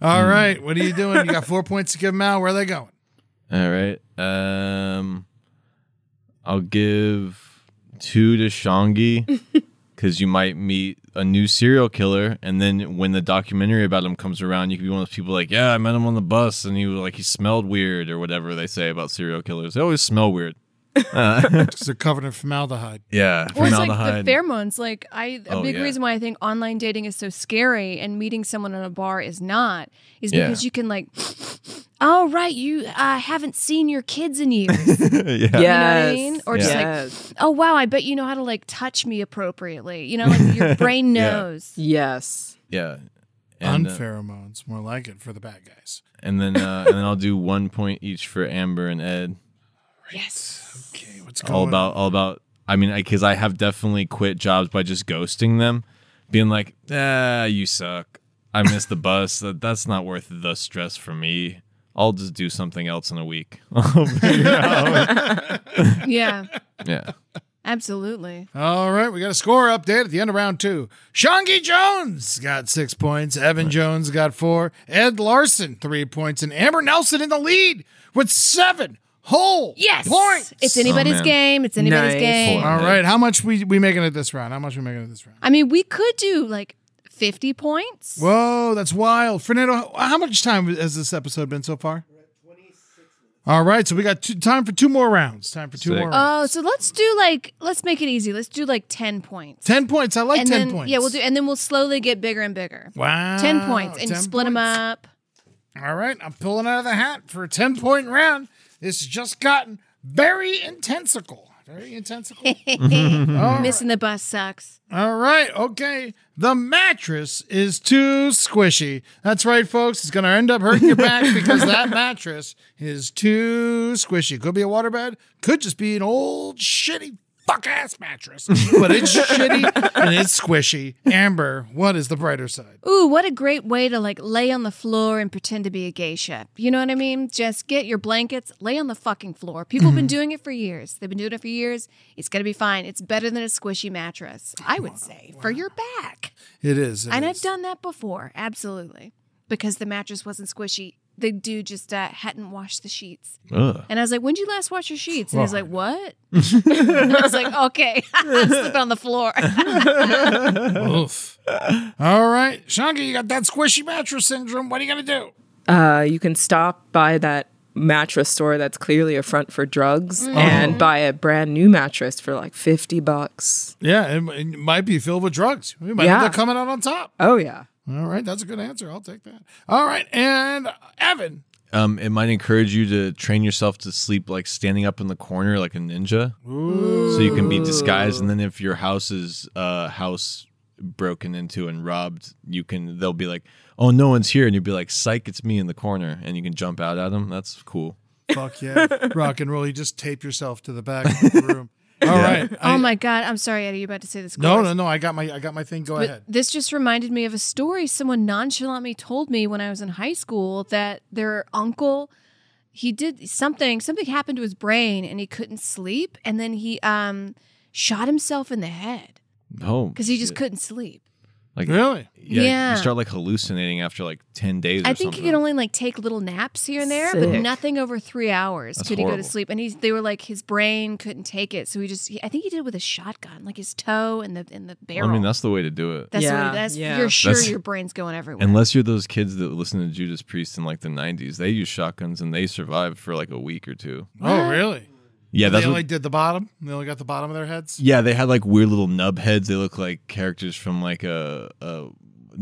Speaker 7: All right, what are you doing? You got four points to give them out. Where are they going?
Speaker 8: All right. Um, I'll give two to Shangi because you might meet a new serial killer, and then when the documentary about him comes around, you could be one of those people like, "Yeah, I met him on the bus, and he was like he smelled weird or whatever they say about serial killers. They always smell weird." Uh,
Speaker 7: Because they're covered in formaldehyde.
Speaker 8: Yeah,
Speaker 6: Or it's like
Speaker 8: formaldehyde.
Speaker 6: the pheromones. Like I, a
Speaker 8: Oh,
Speaker 6: big
Speaker 8: yeah.
Speaker 6: reason why I think online dating is so scary and meeting someone in a bar is not is
Speaker 8: Yeah.
Speaker 6: because you can like, oh right, you uh, haven't seen your kids in years.
Speaker 8: yeah.
Speaker 6: know what I
Speaker 10: Yes.
Speaker 6: mean? Or just
Speaker 8: like-
Speaker 10: yes.
Speaker 6: oh wow, I bet you know how to like touch me appropriately. You know, like your brain
Speaker 8: Yeah.
Speaker 6: knows.
Speaker 10: yes.
Speaker 8: yeah.
Speaker 7: On
Speaker 8: And, uh,
Speaker 7: pheromones, more like it for the bad guys.
Speaker 8: and then uh, and then I'll do one point each for Amber and Ed.
Speaker 6: Yes.
Speaker 7: Okay, what's going
Speaker 8: all about all about I mean, because I have definitely quit jobs by just ghosting them, being like, "Ah, you suck. I missed the bus. That that's not worth the stress for me. I'll just do something else in a week." I'll figure it out.
Speaker 6: yeah,
Speaker 8: yeah.
Speaker 6: absolutely.
Speaker 7: All right, we got a score update at the end of round two. Shangi Jones got six points. Evan Jones got four. Ed Larson, three points. And Amber Nelson in the lead with seven whole
Speaker 6: Yes,
Speaker 7: points.
Speaker 6: It's
Speaker 8: Oh,
Speaker 6: anybody's game. It's anybody's game.
Speaker 7: All right, how much we we making it this round? How much we making it this round?
Speaker 6: I mean, we could do like fifty points.
Speaker 7: Whoa, that's wild. Fernando, how much time has this episode been so far? All right, so we got two, time for two more rounds. Time for two
Speaker 8: Sick.
Speaker 7: more rounds.
Speaker 6: Oh, so let's do like let's make it easy. Let's do like ten points.
Speaker 7: 10 points. I like
Speaker 6: and
Speaker 7: 10
Speaker 6: then,
Speaker 7: points.
Speaker 6: Yeah, we'll do, and then we'll slowly get bigger and bigger.
Speaker 7: Wow.
Speaker 6: Ten points and
Speaker 7: 10
Speaker 6: split them up.
Speaker 7: All right, I'm pulling out of the hat for a 10 point round. This has just gotten very intensical. Very intensical. right.
Speaker 6: Missing the bus sucks.
Speaker 7: All right, okay. The mattress is too squishy. That's right, folks. It's going to end up hurting your back because that mattress is too squishy. Could be a waterbed, could just be an old shitty fuck ass mattress, but it's shitty and it's squishy. Amber, what is the brighter side?
Speaker 6: Ooh, what a great way to like lay on the floor and pretend to be a geisha. You know what I mean? Just get your blankets, lay on the fucking floor. People have been
Speaker 7: Mm-hmm.
Speaker 6: doing it for years. They've been doing it for years. It's gonna be fine. It's better than a squishy mattress, I would say, for your back.
Speaker 7: It is. it
Speaker 6: and
Speaker 7: is.
Speaker 6: I've done that before, absolutely, because the mattress wasn't squishy. The dude just uh, hadn't washed the sheets,
Speaker 8: Ugh.
Speaker 6: and I was like, "When'd you last wash your sheets?" And he's
Speaker 7: Well.
Speaker 6: like, "What?" and I was like, "Okay, slip on the floor."
Speaker 7: Oof. All right, Shanky, you got that squishy mattress syndrome. What are you gonna do?
Speaker 10: Uh, you can stop by that mattress store that's clearly a front for drugs
Speaker 7: Oh.
Speaker 10: and buy a brand new mattress for like 50 bucks.
Speaker 7: Yeah, it, it might be filled with drugs. We might
Speaker 10: Yeah.
Speaker 7: end up coming out on top.
Speaker 10: Oh, yeah.
Speaker 7: All right, that's a good answer. I'll take that. All right, and Evan.
Speaker 8: Um, it might encourage you to train yourself to sleep like standing up in the corner like a ninja, so you can be disguised. And then if your house is uh house broken into and robbed, you can they'll be like, "Oh, no one's here," and you'll be like, "Psych, it's me in the corner," and you can jump out at them. That's cool.
Speaker 7: Fuck yeah, rock and roll. You just tape yourself to the back of the room. All right. I-
Speaker 6: oh my god, I'm sorry, Eddie. You're about to say this.
Speaker 7: No,
Speaker 6: chorus.
Speaker 7: no, no. I got my, I got my thing. Go
Speaker 6: But
Speaker 7: ahead.
Speaker 6: this just reminded me of a story someone nonchalantly told me when I was in high school that their uncle he did something something happened to his brain and he couldn't sleep and then he um shot himself in the head
Speaker 8: Oh,
Speaker 6: because he just
Speaker 8: shit.
Speaker 6: couldn't sleep.
Speaker 8: like
Speaker 7: Really?
Speaker 8: yeah,
Speaker 6: Yeah.
Speaker 8: You start like hallucinating after like ten days.
Speaker 6: I
Speaker 8: or
Speaker 6: think he
Speaker 8: something.
Speaker 6: could only like take little naps here and there, but
Speaker 10: Sick.
Speaker 6: nothing over three hours
Speaker 8: That's
Speaker 6: could he go
Speaker 8: horrible.
Speaker 6: to sleep. And he they were like his brain couldn't take it, so he just he, I think he did it with a shotgun, like his toe and the and the
Speaker 8: Well,
Speaker 6: barrel.
Speaker 8: I mean, that's the way to do it.
Speaker 6: that's what
Speaker 10: Yeah,
Speaker 6: it, that's
Speaker 10: yeah.
Speaker 6: you're sure
Speaker 8: That's-
Speaker 6: your brain's going everywhere.
Speaker 8: Unless you're those kids that listen to Judas Priest in like the '90s, they use shotguns and they survived for like a week or two.
Speaker 7: Oh, really?
Speaker 8: Yeah,
Speaker 7: they
Speaker 8: that's
Speaker 7: only
Speaker 8: what,
Speaker 7: did the bottom. They only got the bottom of their heads.
Speaker 8: Yeah, they had like weird little nub heads. They look like characters from like a, a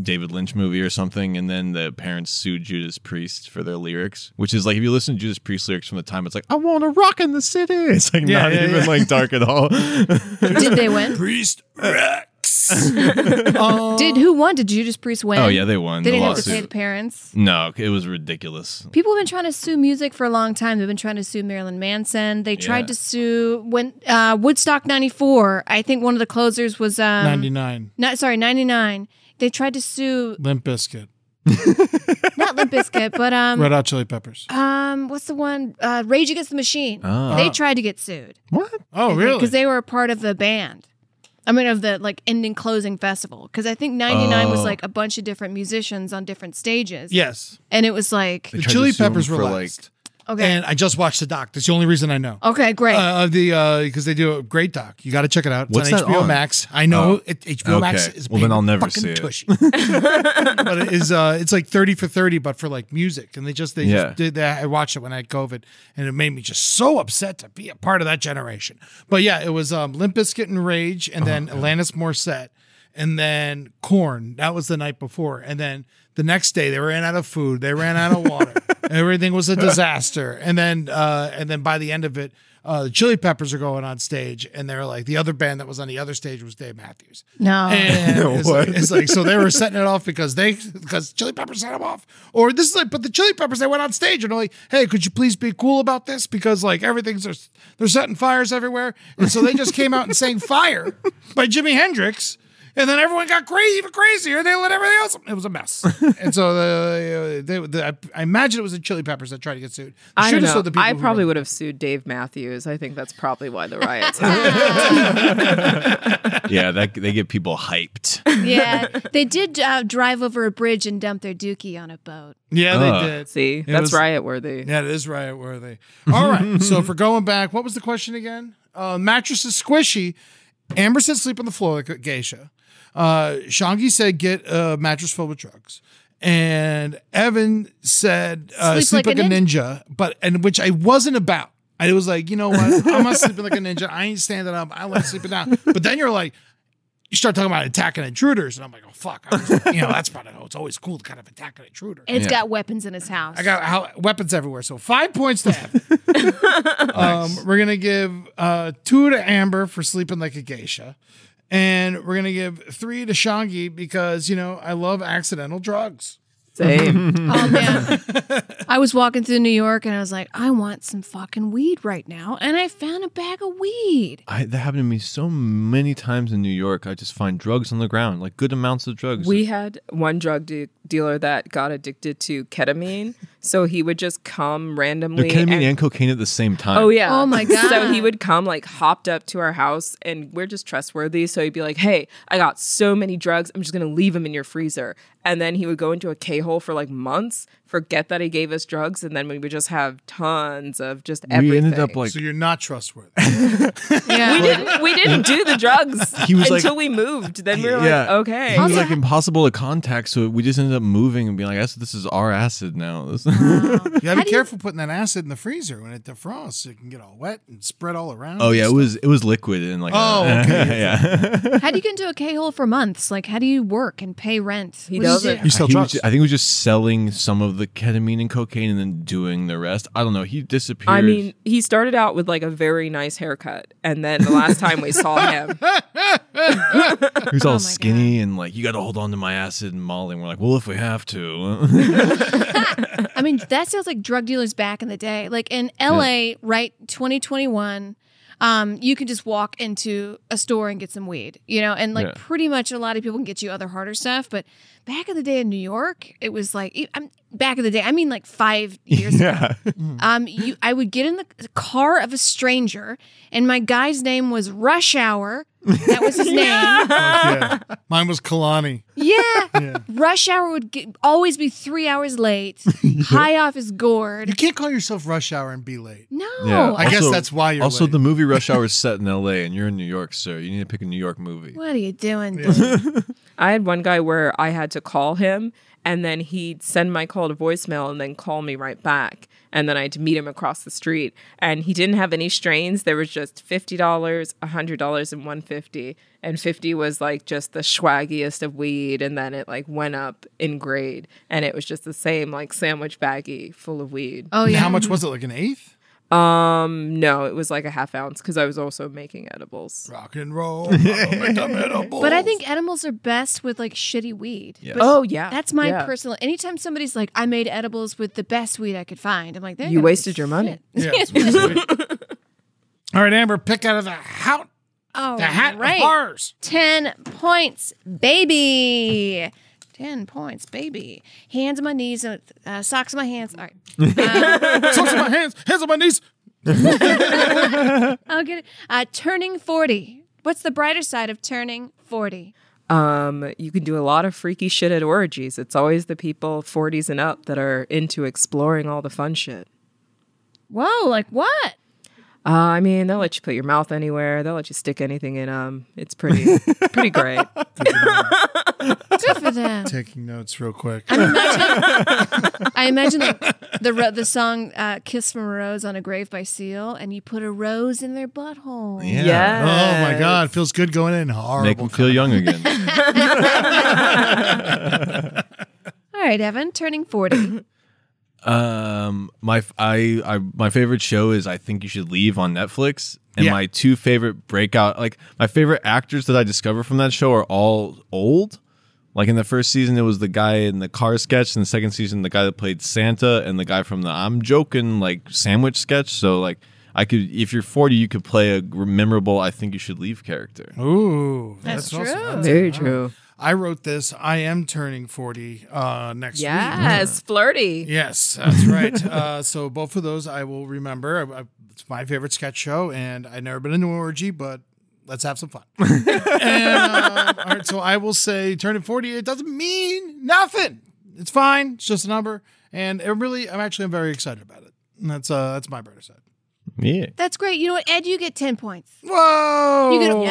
Speaker 8: David Lynch movie or something. And then the parents sued Judas Priest for their lyrics, which is like if you listen to Judas Priest lyrics from the time, it's like I want to rock in the city. It's like
Speaker 7: Yeah,
Speaker 8: not
Speaker 7: yeah,
Speaker 8: even
Speaker 7: yeah.
Speaker 8: like dark at all.
Speaker 6: Did they win?
Speaker 7: Priest Rex.
Speaker 10: Oh.
Speaker 7: Um,
Speaker 6: Did who won? Did Judas Priest win?
Speaker 8: oh yeah, they won.
Speaker 6: They
Speaker 8: the
Speaker 6: didn't have to pay
Speaker 8: lawsuit.
Speaker 6: the parents.
Speaker 8: No, it was ridiculous.
Speaker 6: People have been trying to sue music for a long time. They've been trying to sue Marilyn Manson. They tried
Speaker 8: Yeah.
Speaker 6: to sue when uh, Woodstock '94. I think one of the closers was um,
Speaker 7: Ninety nine.
Speaker 6: Not sorry, '99. They tried to sue
Speaker 7: Limp Biscuit.
Speaker 6: not Limp Bizkit, but um,
Speaker 7: Red Hot Chili Peppers.
Speaker 6: um, what's the one? Uh, Rage Against the Machine.
Speaker 8: Ah.
Speaker 6: They tried to get sued.
Speaker 8: What?
Speaker 7: Oh, really?
Speaker 6: Because they were a part of the band. I mean, of the like ending closing festival. Because I think '99 was
Speaker 8: Oh.
Speaker 6: like a bunch of different musicians on different stages.
Speaker 7: yes.
Speaker 6: and it was like
Speaker 8: They
Speaker 7: The
Speaker 8: tried to
Speaker 7: Chili
Speaker 8: sue 'em
Speaker 7: Peppers
Speaker 8: for,
Speaker 7: were
Speaker 8: like-
Speaker 7: last.
Speaker 6: okay,
Speaker 7: And I just watched the doc. That's the only reason I know.
Speaker 6: okay, great.
Speaker 7: Uh, of the uh because they do a great doc. You got to check it out. It's
Speaker 8: What's
Speaker 7: on
Speaker 8: that
Speaker 7: HBO
Speaker 8: on?
Speaker 7: Max. I know
Speaker 8: Oh,
Speaker 7: it, HBO Max
Speaker 8: okay.
Speaker 7: is
Speaker 8: Well, then
Speaker 7: being
Speaker 8: I'll never
Speaker 7: fucking
Speaker 8: see it.
Speaker 7: Tushy. but it is uh it's like 30 for 30 but for like music and they just they
Speaker 8: Yeah.
Speaker 7: just did that. I watched it when I had COVID and it made me just so upset to be a part of that generation. But yeah, it was um Limp Bizkit and Rage and then
Speaker 8: Uh-huh.
Speaker 7: Alanis Morissette and then corn. That was the night before. And then the next day they ran out of food. They ran out of water. Everything was a disaster. And then uh, and then by the end of it, uh, the Chili Peppers are going on stage, and they're like the other band that was on the other stage was Dave Matthews.
Speaker 6: No.
Speaker 7: And it's,
Speaker 11: What?
Speaker 7: like, it's like so they were setting it off because they because Chili Peppers set them off, or this is like but the Chili Peppers they went on stage and they're like, hey, could you please be cool about this because like everything's they're, they're setting fires everywhere, and so they just came out and sang "Fire" by Jimi Hendrix. And then everyone got crazy, even crazier. They let everything else. It was a mess. and so the, they, the, I, I imagine it was the Chili Peppers that tried to get sued.
Speaker 10: I don't
Speaker 7: Should've
Speaker 10: know.
Speaker 7: sued the people
Speaker 10: I
Speaker 7: who
Speaker 10: probably
Speaker 7: wrote
Speaker 10: would have sued Dave Matthews. I think that's probably why the riots happened.
Speaker 8: yeah, that they get people hyped.
Speaker 6: yeah, they did uh, drive over a bridge and dump their dookie on a boat.
Speaker 7: Yeah,
Speaker 8: Ah.
Speaker 7: they did.
Speaker 10: See,
Speaker 7: It
Speaker 10: that's
Speaker 7: was-
Speaker 10: riot worthy.
Speaker 7: Yeah, it is riot worthy. All right. so for going back, what was the question again? Uh, mattress is squishy. Amber said sleep on the floor like a geisha. Uh, Shangi said get a mattress filled with drugs. And Evan said uh, sleep, like, a ninja, but and which I wasn't about. I was like, you know what? I'm not sleeping like a ninja. I ain't standing up. I like sleeping down. But then you're like, you start talking about attacking intruders, and I'm like, oh fuck, I was, you know that's probably it's always cool to kind of attack an intruder.
Speaker 6: And it's got weapons in his house.
Speaker 7: I got how, weapons everywhere. So five points to Evan. um, we're gonna give uh, two to Amber for sleeping like a geisha, and we're gonna give three to Shangi because you know I love accidental drugs.
Speaker 10: Same.
Speaker 6: oh man, I was walking through New York and I was like, I want some fucking weed right now, and I found a bag of weed.
Speaker 8: I, that happened to me so many times in New York. I just find drugs on the ground, like good amounts of drugs.
Speaker 10: We had one drug de- dealer that got addicted to ketamine, so he would just come
Speaker 8: They're
Speaker 10: randomly.
Speaker 8: ketamine
Speaker 10: and-
Speaker 8: and, cocaine at the same time.
Speaker 10: Oh yeah.
Speaker 6: Oh, my
Speaker 10: So
Speaker 6: God.
Speaker 10: he would come like hopped up to our house and we're just trustworthy. So he'd be like, Hey, I got so many drugs, I'm just gonna leave them in your freezer. And then he would go into a K hole for like months, forget that he gave us drugs, and then we would just have tons of just everything.
Speaker 8: We ended up like
Speaker 7: So you're not trustworthy.
Speaker 10: we didn't we didn't do the drugs
Speaker 8: He was, like-
Speaker 10: until we moved. Then we were like,
Speaker 8: yeah,
Speaker 10: okay.
Speaker 8: He was like impossible to contact, so we just ended up moving and being like, "That's this is our acid
Speaker 7: Oh,
Speaker 8: now." This-
Speaker 7: You gotta be careful putting that acid in the freezer when it defrosts. It can get all wet and spread all around.
Speaker 8: oh yeah, it was it was liquid and like uh,
Speaker 7: Oh, okay.
Speaker 8: yeah.
Speaker 6: How do you get into a K hole for months? Like, how do you work and pay rent? He
Speaker 10: doesn't.
Speaker 8: He was ju- I think he was just selling some of the ketamine and cocaine and then doing the rest. I don't know. He disappeared.
Speaker 10: I mean, he started out with like a very nice haircut, and then the last time we saw him,
Speaker 8: he
Speaker 7: Oh
Speaker 8: was all skinny and like, you got to hold on to my acid and Molly. And we're like, well, if we have to.
Speaker 6: I mean, that sounds like drug dealers back in the day. Like in LA, right, 2021, um, you can just walk into a store and get some weed, you know, and like
Speaker 8: Yeah.
Speaker 6: pretty much a lot of people can get you other harder stuff. But back in the day in New York, it was like, e- I'm back in the day, I mean like five years
Speaker 8: yeah.
Speaker 6: um, you, I would get in the c- car of a stranger, and my guy's name was Rush Hour. That was his name.
Speaker 7: yeah. Mine was Kalani.
Speaker 6: Yeah. Rush Hour would get, always be three hours late, high off his gourd.
Speaker 7: You can't call yourself rush hour and be late.
Speaker 6: No.
Speaker 8: Yeah.
Speaker 7: I guess that's why you're
Speaker 8: Also,
Speaker 7: late.
Speaker 8: the movie Rush Hour is set in LA and you're in New York, sir. You need to pick a New York movie.
Speaker 6: What are you doing? dude?
Speaker 10: I had one guy where I had to call him, and then he'd send my call to voicemail and then call me right back. And then I had to meet him across the street. And he didn't have any strains. There was just fifty dollars, hundred dollars, and one fifty. And fifty was like just the swaggiest of weed. And then it like went up in grade, and it was just the same like sandwich baggie full of weed.
Speaker 6: Oh yeah.
Speaker 7: How much was it? Like an eighth?
Speaker 10: Um, no, it was like a half ounce because I was also making edibles.
Speaker 7: Rock and roll. but
Speaker 6: But I think edibles are best with like shitty weed.
Speaker 8: Yeah.
Speaker 6: But
Speaker 10: Oh yeah,
Speaker 6: That's my
Speaker 10: yeah.
Speaker 6: personal. Anytime somebody's like, "I made edibles with the best weed I could find," I'm like, "They're
Speaker 10: You
Speaker 6: gonna be
Speaker 10: wasted your money.
Speaker 7: Yeah, it's really sweet. All right, Amber, pick out of the hat.
Speaker 6: Oh,
Speaker 7: The hat of
Speaker 6: right.
Speaker 7: bars.
Speaker 6: 10 points, baby. 10 points, baby. Hands on my knees, and uh, socks on my hands. All right.
Speaker 7: Socks on my hands, hands on my knees.
Speaker 6: I'll get it. Uh, turning 40. What's the brighter side of turning 40?
Speaker 10: Um, you can do a lot of freaky shit at orgies. It's always the people 40s and up that are into exploring all the fun shit.
Speaker 6: Whoa, like what?
Speaker 10: Uh, I mean, they'll let you put your mouth anywhere. They'll let you stick anything in 'em. It's pretty, pretty great.
Speaker 6: Good for them.
Speaker 7: Taking notes real quick.
Speaker 6: I imagine like the ro- the song uh, "Kiss from a Rose on a Grave" by Seal, and you put a rose in their butthole.
Speaker 8: Yeah.
Speaker 7: Oh my God, feels good going in. Horrible.
Speaker 8: Make them feel young again.
Speaker 6: All right, Evan, turning forty.
Speaker 8: Um, my f- I, I my favorite show is I think you should leave on Netflix, and
Speaker 7: Yeah.
Speaker 8: my two favorite breakout like my favorite actors that I discovered from that show are all old. Like in the first season, it was the guy in the car sketch, and the second season, the guy that played Santa, and the guy from the I'm joking like sandwich sketch. So like I could, if you're 40, you could play a memorable I think you should leave character.
Speaker 7: Ooh,
Speaker 10: That's
Speaker 7: also-
Speaker 10: true. Very
Speaker 7: wow.
Speaker 10: true.
Speaker 7: I wrote this. I am turning 40 uh, next week.
Speaker 10: Yes, flirty.
Speaker 7: Yes, that's right. uh, so both of those I will remember. I, I, it's my favorite sketch show, and I've never been into an orgy, but let's have some fun. and, um, all right, so I will say turning 40, it doesn't mean nothing. It's fine. It's just a number. And it really, I'm actually I'm very excited about it. And that's uh, that's my brighter side.
Speaker 8: Yeah.
Speaker 6: That's great. You know what, Ed? You get 10 points.
Speaker 7: Whoa!
Speaker 6: You get all the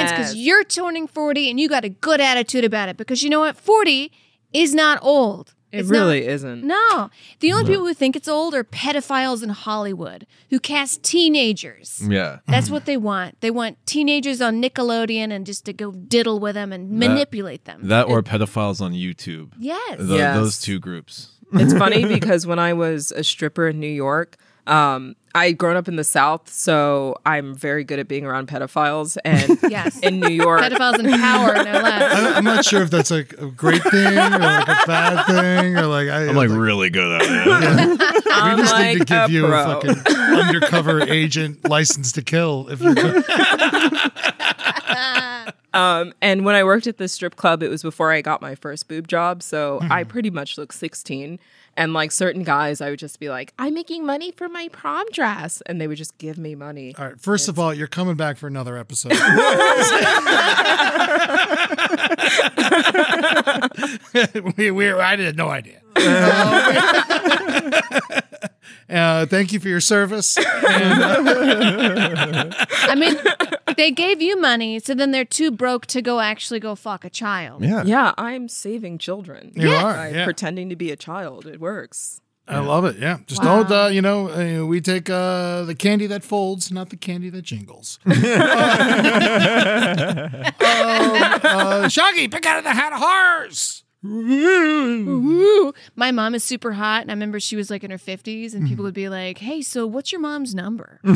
Speaker 6: points because
Speaker 10: Yes.
Speaker 6: you're turning 40 and you got a good attitude about it because you know what? 40 is not old.
Speaker 10: It
Speaker 6: It's not-
Speaker 10: really isn't.
Speaker 6: No. The only people who think it's old are pedophiles in Hollywood who cast teenagers.
Speaker 8: Yeah.
Speaker 6: That's what they want. They want teenagers on Nickelodeon and just to go diddle with them and
Speaker 8: Uh.
Speaker 6: manipulate them.
Speaker 8: That or pedophiles on YouTube.
Speaker 6: Yes.
Speaker 8: Tho-
Speaker 10: Yes.
Speaker 8: Those two groups.
Speaker 10: It's funny because when I was a stripper in New York, um, I'd grown up in the South, so I'm very good at being around pedophiles. And
Speaker 6: Yes.
Speaker 10: in New York,
Speaker 6: pedophiles in power, no less.
Speaker 7: I'm, I'm not sure if that's like a great thing or like a bad thing or like I,
Speaker 8: I'm like really good at it.
Speaker 10: I'm
Speaker 7: we just
Speaker 10: like
Speaker 7: need to give
Speaker 10: a
Speaker 7: you
Speaker 10: pro.
Speaker 7: a fucking undercover agent license to kill if you're good.
Speaker 10: Um, and when I worked at the strip club, it was before I got my first boob job, so
Speaker 7: Hmm.
Speaker 10: I pretty much looked 16. And like certain guys, I would just be like, "I'm making money for my prom dress," and they would just give me money.
Speaker 7: All right. First of all, you're coming back for another episode. we, we, I had no idea. uh, thank you for your service. And, uh,
Speaker 6: I mean, they gave you money, so then they're too broke to go actually go fuck a child.
Speaker 8: Yeah.
Speaker 10: Yeah, I'm saving children.
Speaker 7: You Yes. are,
Speaker 10: By
Speaker 7: yeah.
Speaker 10: pretending to be a child. It works.
Speaker 7: I love it. Yeah. Just don't, uh, you know, uh, we take uh, the candy that folds, not the candy that jingles. um, uh, Shaggy, pick out of the hat of horrors.
Speaker 6: Woo. My mom is super hot, and I remember she was like in her 50s, and
Speaker 8: Mm-hmm.
Speaker 6: people would be like, Hey, so what's your mom's number? so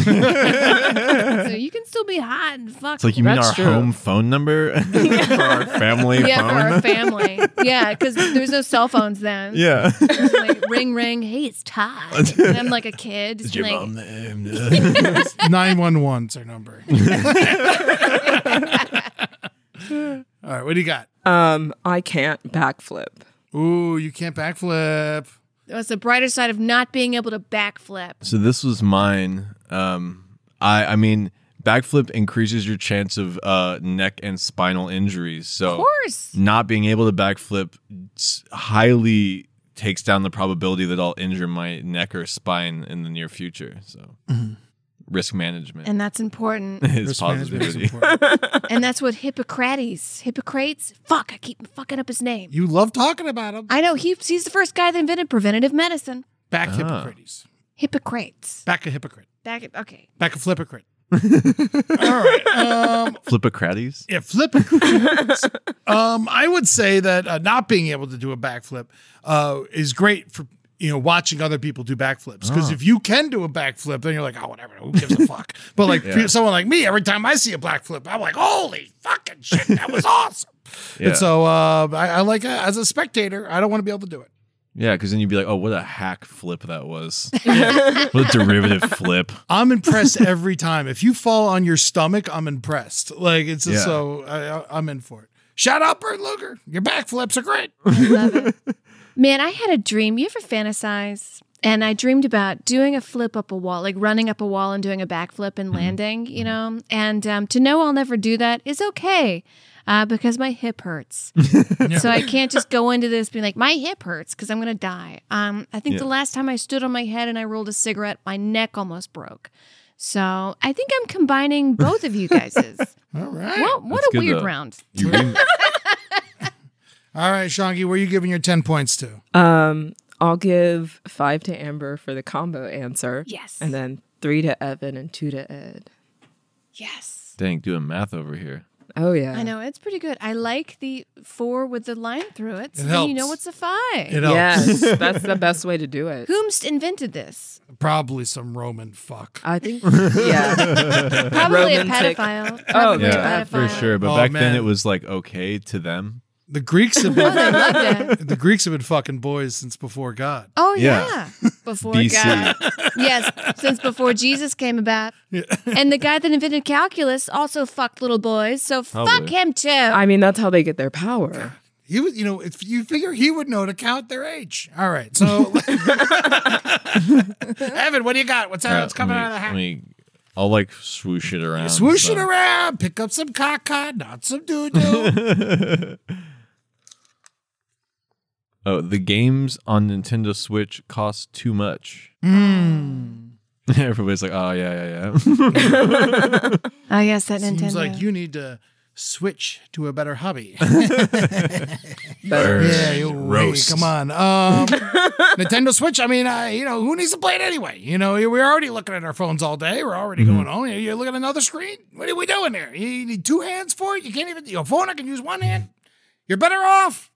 Speaker 6: you can still be hot and fuck.
Speaker 8: It's like you mean our home phone number for our family
Speaker 6: yeah,
Speaker 8: phone.
Speaker 6: for our family. Yeah, because there's no cell phones then.
Speaker 8: yeah.
Speaker 6: Like, ring, ring. Hey, it's Todd. And I'm like a kid. Just like,
Speaker 8: there?
Speaker 7: 911's our number. All right, what do you got?
Speaker 10: Um, I can't backflip.
Speaker 7: Ooh, you can't backflip.
Speaker 6: That's the brighter side of not being able to backflip.
Speaker 8: so this was mine. Um, I I mean, backflip increases your chance of uh, neck and spinal injuries. So
Speaker 6: Of course.
Speaker 8: not being able to backflip s- highly takes down the probability that I'll injure my neck or spine in the near future. So risk management
Speaker 6: And that's important.
Speaker 8: is
Speaker 7: Risk management is
Speaker 8: positivity.
Speaker 7: important.
Speaker 6: and that's what Hippocrates, Hippocrates, fuck, I keep fucking up his name.
Speaker 7: You love talking about them.
Speaker 6: I know he, he's the first guy that invented preventative medicine.
Speaker 7: Back
Speaker 8: Ah.
Speaker 7: Hippocrates.
Speaker 6: Hippocrates.
Speaker 7: Back a hypocrite.
Speaker 6: Back at, okay.
Speaker 7: Back a flippocrat. All right. Um,
Speaker 8: Flipocrates.
Speaker 7: yeah, flippocrats. um, I would say that uh, not being able to do a backflip uh, is great for you know watching other people do backflips because if you can do a backflip, then you're like, oh, whatever, who gives a fuck? But like
Speaker 8: Yeah.
Speaker 7: someone like me, every time I see a backflip, I'm like, holy fucking shit, that was awesome.
Speaker 8: Yeah.
Speaker 7: And so uh, I, I like as a spectator, I don't want to be able to do it.
Speaker 8: Yeah, because then you'd be like, oh, what a hack flip that was. what a derivative flip.
Speaker 7: I'm impressed every time. If you fall on your stomach, I'm impressed. Like it's just
Speaker 8: Yeah.
Speaker 7: so I, I- I'm in for it. Shout out Bert Luger. Your backflips are great.
Speaker 6: I love it. Man, I had a dream. You ever fantasize? And I dreamed about doing a flip up a wall, like running up a wall and doing a backflip
Speaker 7: Mm-hmm.
Speaker 6: and landing, you know? And um, to know I'll never do that is okay uh, because my hip hurts. So I can't just go into this being like, my hip hurts because I'm going to die. Um, I think the last time I stood on my head and I rolled a cigarette, my neck almost broke. So I think I'm combining both of you guys's.
Speaker 7: All right.
Speaker 6: Well, what
Speaker 8: That's
Speaker 6: a
Speaker 8: good,
Speaker 6: weird
Speaker 8: though.
Speaker 6: round.
Speaker 8: You re-
Speaker 7: All right, Shonky, where are you giving your 10 points to?
Speaker 10: Um, I'll give five to Amber for the combo answer.
Speaker 6: Yes.
Speaker 10: And then three to Evan and two to Ed.
Speaker 6: Yes.
Speaker 8: Dang, doing math over here.
Speaker 10: Oh yeah.
Speaker 6: I know it's pretty good. I like the four with the line through it. So
Speaker 7: It
Speaker 6: then you
Speaker 7: helps.
Speaker 6: know it's a five.
Speaker 10: Yes, that's the best way to do it.
Speaker 6: Whomst invented this?
Speaker 7: Probably some Roman fuck.
Speaker 10: I think. Yeah.
Speaker 6: Probably
Speaker 10: Romantic.
Speaker 6: a pedophile.
Speaker 10: Oh,
Speaker 6: Probably a
Speaker 8: yeah, for
Speaker 6: pedophile.
Speaker 8: sure. But
Speaker 7: Oh,
Speaker 8: back then
Speaker 7: man.
Speaker 8: it was like okay to them.
Speaker 7: The Greeks have
Speaker 6: Oh, they
Speaker 7: been
Speaker 6: loved
Speaker 7: the Greeks have been fucking boys since before God.
Speaker 6: Oh yeah.
Speaker 8: Yeah.
Speaker 6: Before
Speaker 8: BC.
Speaker 6: God. yes, since before Jesus came about. And the guy that invented calculus also fucked little boys,
Speaker 7: Oh,
Speaker 6: so fuck
Speaker 8: Probably.
Speaker 6: him too.
Speaker 10: I mean, that's how they get their power.
Speaker 7: He would, you know, if you figure he would know to count their age. All right, so Evan, what do you got? What's,
Speaker 8: Uh,
Speaker 7: what's coming
Speaker 8: let me-
Speaker 7: out of the hat?
Speaker 8: let me- I'll like swoosh it around.
Speaker 7: Swoosh it
Speaker 8: so-
Speaker 7: around, pick up some caca, not some doo doo.
Speaker 8: Oh, the games on Nintendo Switch cost too much.
Speaker 7: Hmm.
Speaker 8: Everybody's like, oh yeah, yeah, yeah.
Speaker 6: Oh yes, that Nintendo.
Speaker 7: Seems like you need to switch to a better hobby.
Speaker 10: Better.
Speaker 7: yeah, you roast. Come on, um, Nintendo Switch. I mean, uh, you know, who needs to play it anyway? You know, we're already looking at our phones all day. We're already
Speaker 8: Mm-hmm.
Speaker 7: going on. You're looking at another screen. What are we doing there? You need two hands for it. You can't even your phone. I can use one hand. You're better off.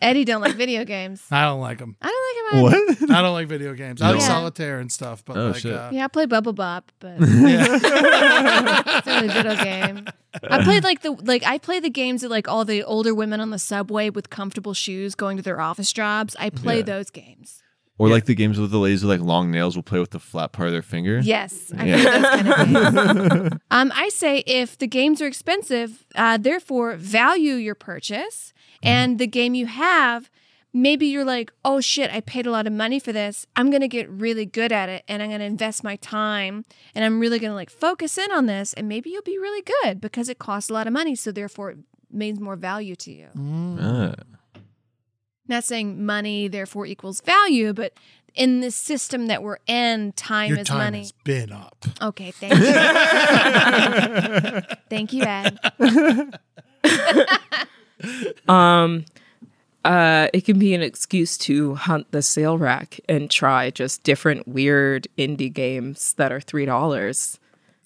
Speaker 6: Eddie don't like video games.
Speaker 7: I don't like them.
Speaker 6: I don't like him. either.
Speaker 8: what?
Speaker 7: I don't like video games. I like
Speaker 6: No.
Speaker 7: solitaire and stuff, but
Speaker 8: Oh,
Speaker 7: like,
Speaker 8: shit.
Speaker 7: uh,
Speaker 6: Yeah, I play Bubble Bop, but it's only a video game. I played like the like I play the games that like all the older women on the subway with comfortable shoes going to their office jobs. I play
Speaker 8: Yeah.
Speaker 6: those games.
Speaker 8: Or like the games with the ladies with like long nails will play with the flat part of their finger.
Speaker 6: Yes, I
Speaker 8: Yeah.
Speaker 6: play those kind of games. Um, I say if the games are expensive, uh, therefore value your purchase and the game you have. Maybe you're like, oh shit, I paid a lot of money for this. I'm gonna get really good at it and I'm gonna invest my time and I'm really gonna like focus in on this and maybe you'll be really good because it costs a lot of money. So therefore it means more value to you.
Speaker 8: Ah.
Speaker 6: Not saying money therefore equals value, but in this system that we're in, time
Speaker 7: your
Speaker 6: is
Speaker 7: time
Speaker 6: money.
Speaker 7: has been up.
Speaker 6: Okay, thank you. thank you, Ed.
Speaker 10: Um, uh, it can be an excuse to hunt the sale rack and try just different weird indie games that are three dollars.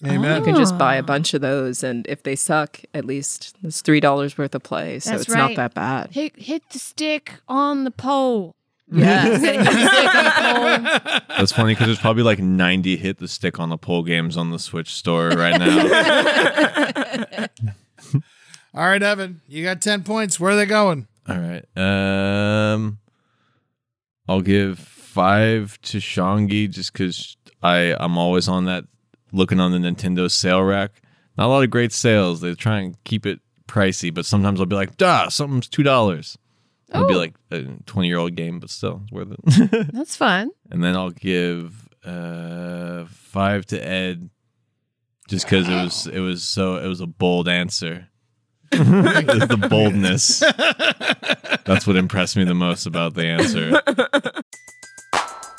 Speaker 7: Amen.
Speaker 10: You can just buy
Speaker 6: Ah.
Speaker 10: a bunch of those, and if they suck, at least it's three dollars worth of play, so
Speaker 6: That's
Speaker 10: it's not
Speaker 6: right.
Speaker 10: that bad.
Speaker 6: Hit, hit the stick on the pole.
Speaker 10: Yeah,
Speaker 6: Hit the stick on the pole.
Speaker 8: That's funny because there's probably like 90 hit the stick on the pole games on the Switch store right now.
Speaker 7: All right, Evan, you got ten points. Where are they going?
Speaker 8: All right. Um, I'll give five to Shangi just because I I'm always on that looking on the Nintendo sale rack. Not a lot of great sales. They try and keep it pricey, but sometimes I'll be like, duh, something's two dollars. It'll be
Speaker 6: Oh.
Speaker 8: like a 20 year old game, but still it's worth it.
Speaker 6: That's fun.
Speaker 8: and then I'll give uh five to Ed just because it was it was so it was a bold answer. It's the boldness. That's what impressed me the most about the answer.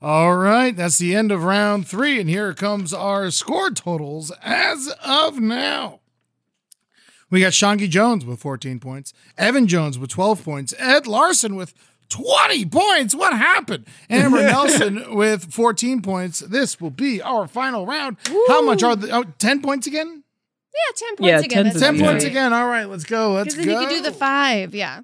Speaker 7: All right, that's the end of round three, and here comes our score totals as of now. We got Shangi Jones with 14 points, Evan Jones with 12 points, Ed Larson with 20 points. What happened? Amber Nelson with 14 points. This will be our final round. How much are the oh, 10 points again?
Speaker 6: Yeah, 10 points
Speaker 10: Yeah,
Speaker 6: again.
Speaker 10: 10
Speaker 6: That's
Speaker 10: is
Speaker 7: 10
Speaker 10: Yeah.
Speaker 7: points
Speaker 6: great.
Speaker 7: again. All right, let's go. Let's
Speaker 6: Because
Speaker 7: go.
Speaker 6: then you can do the five. Yeah.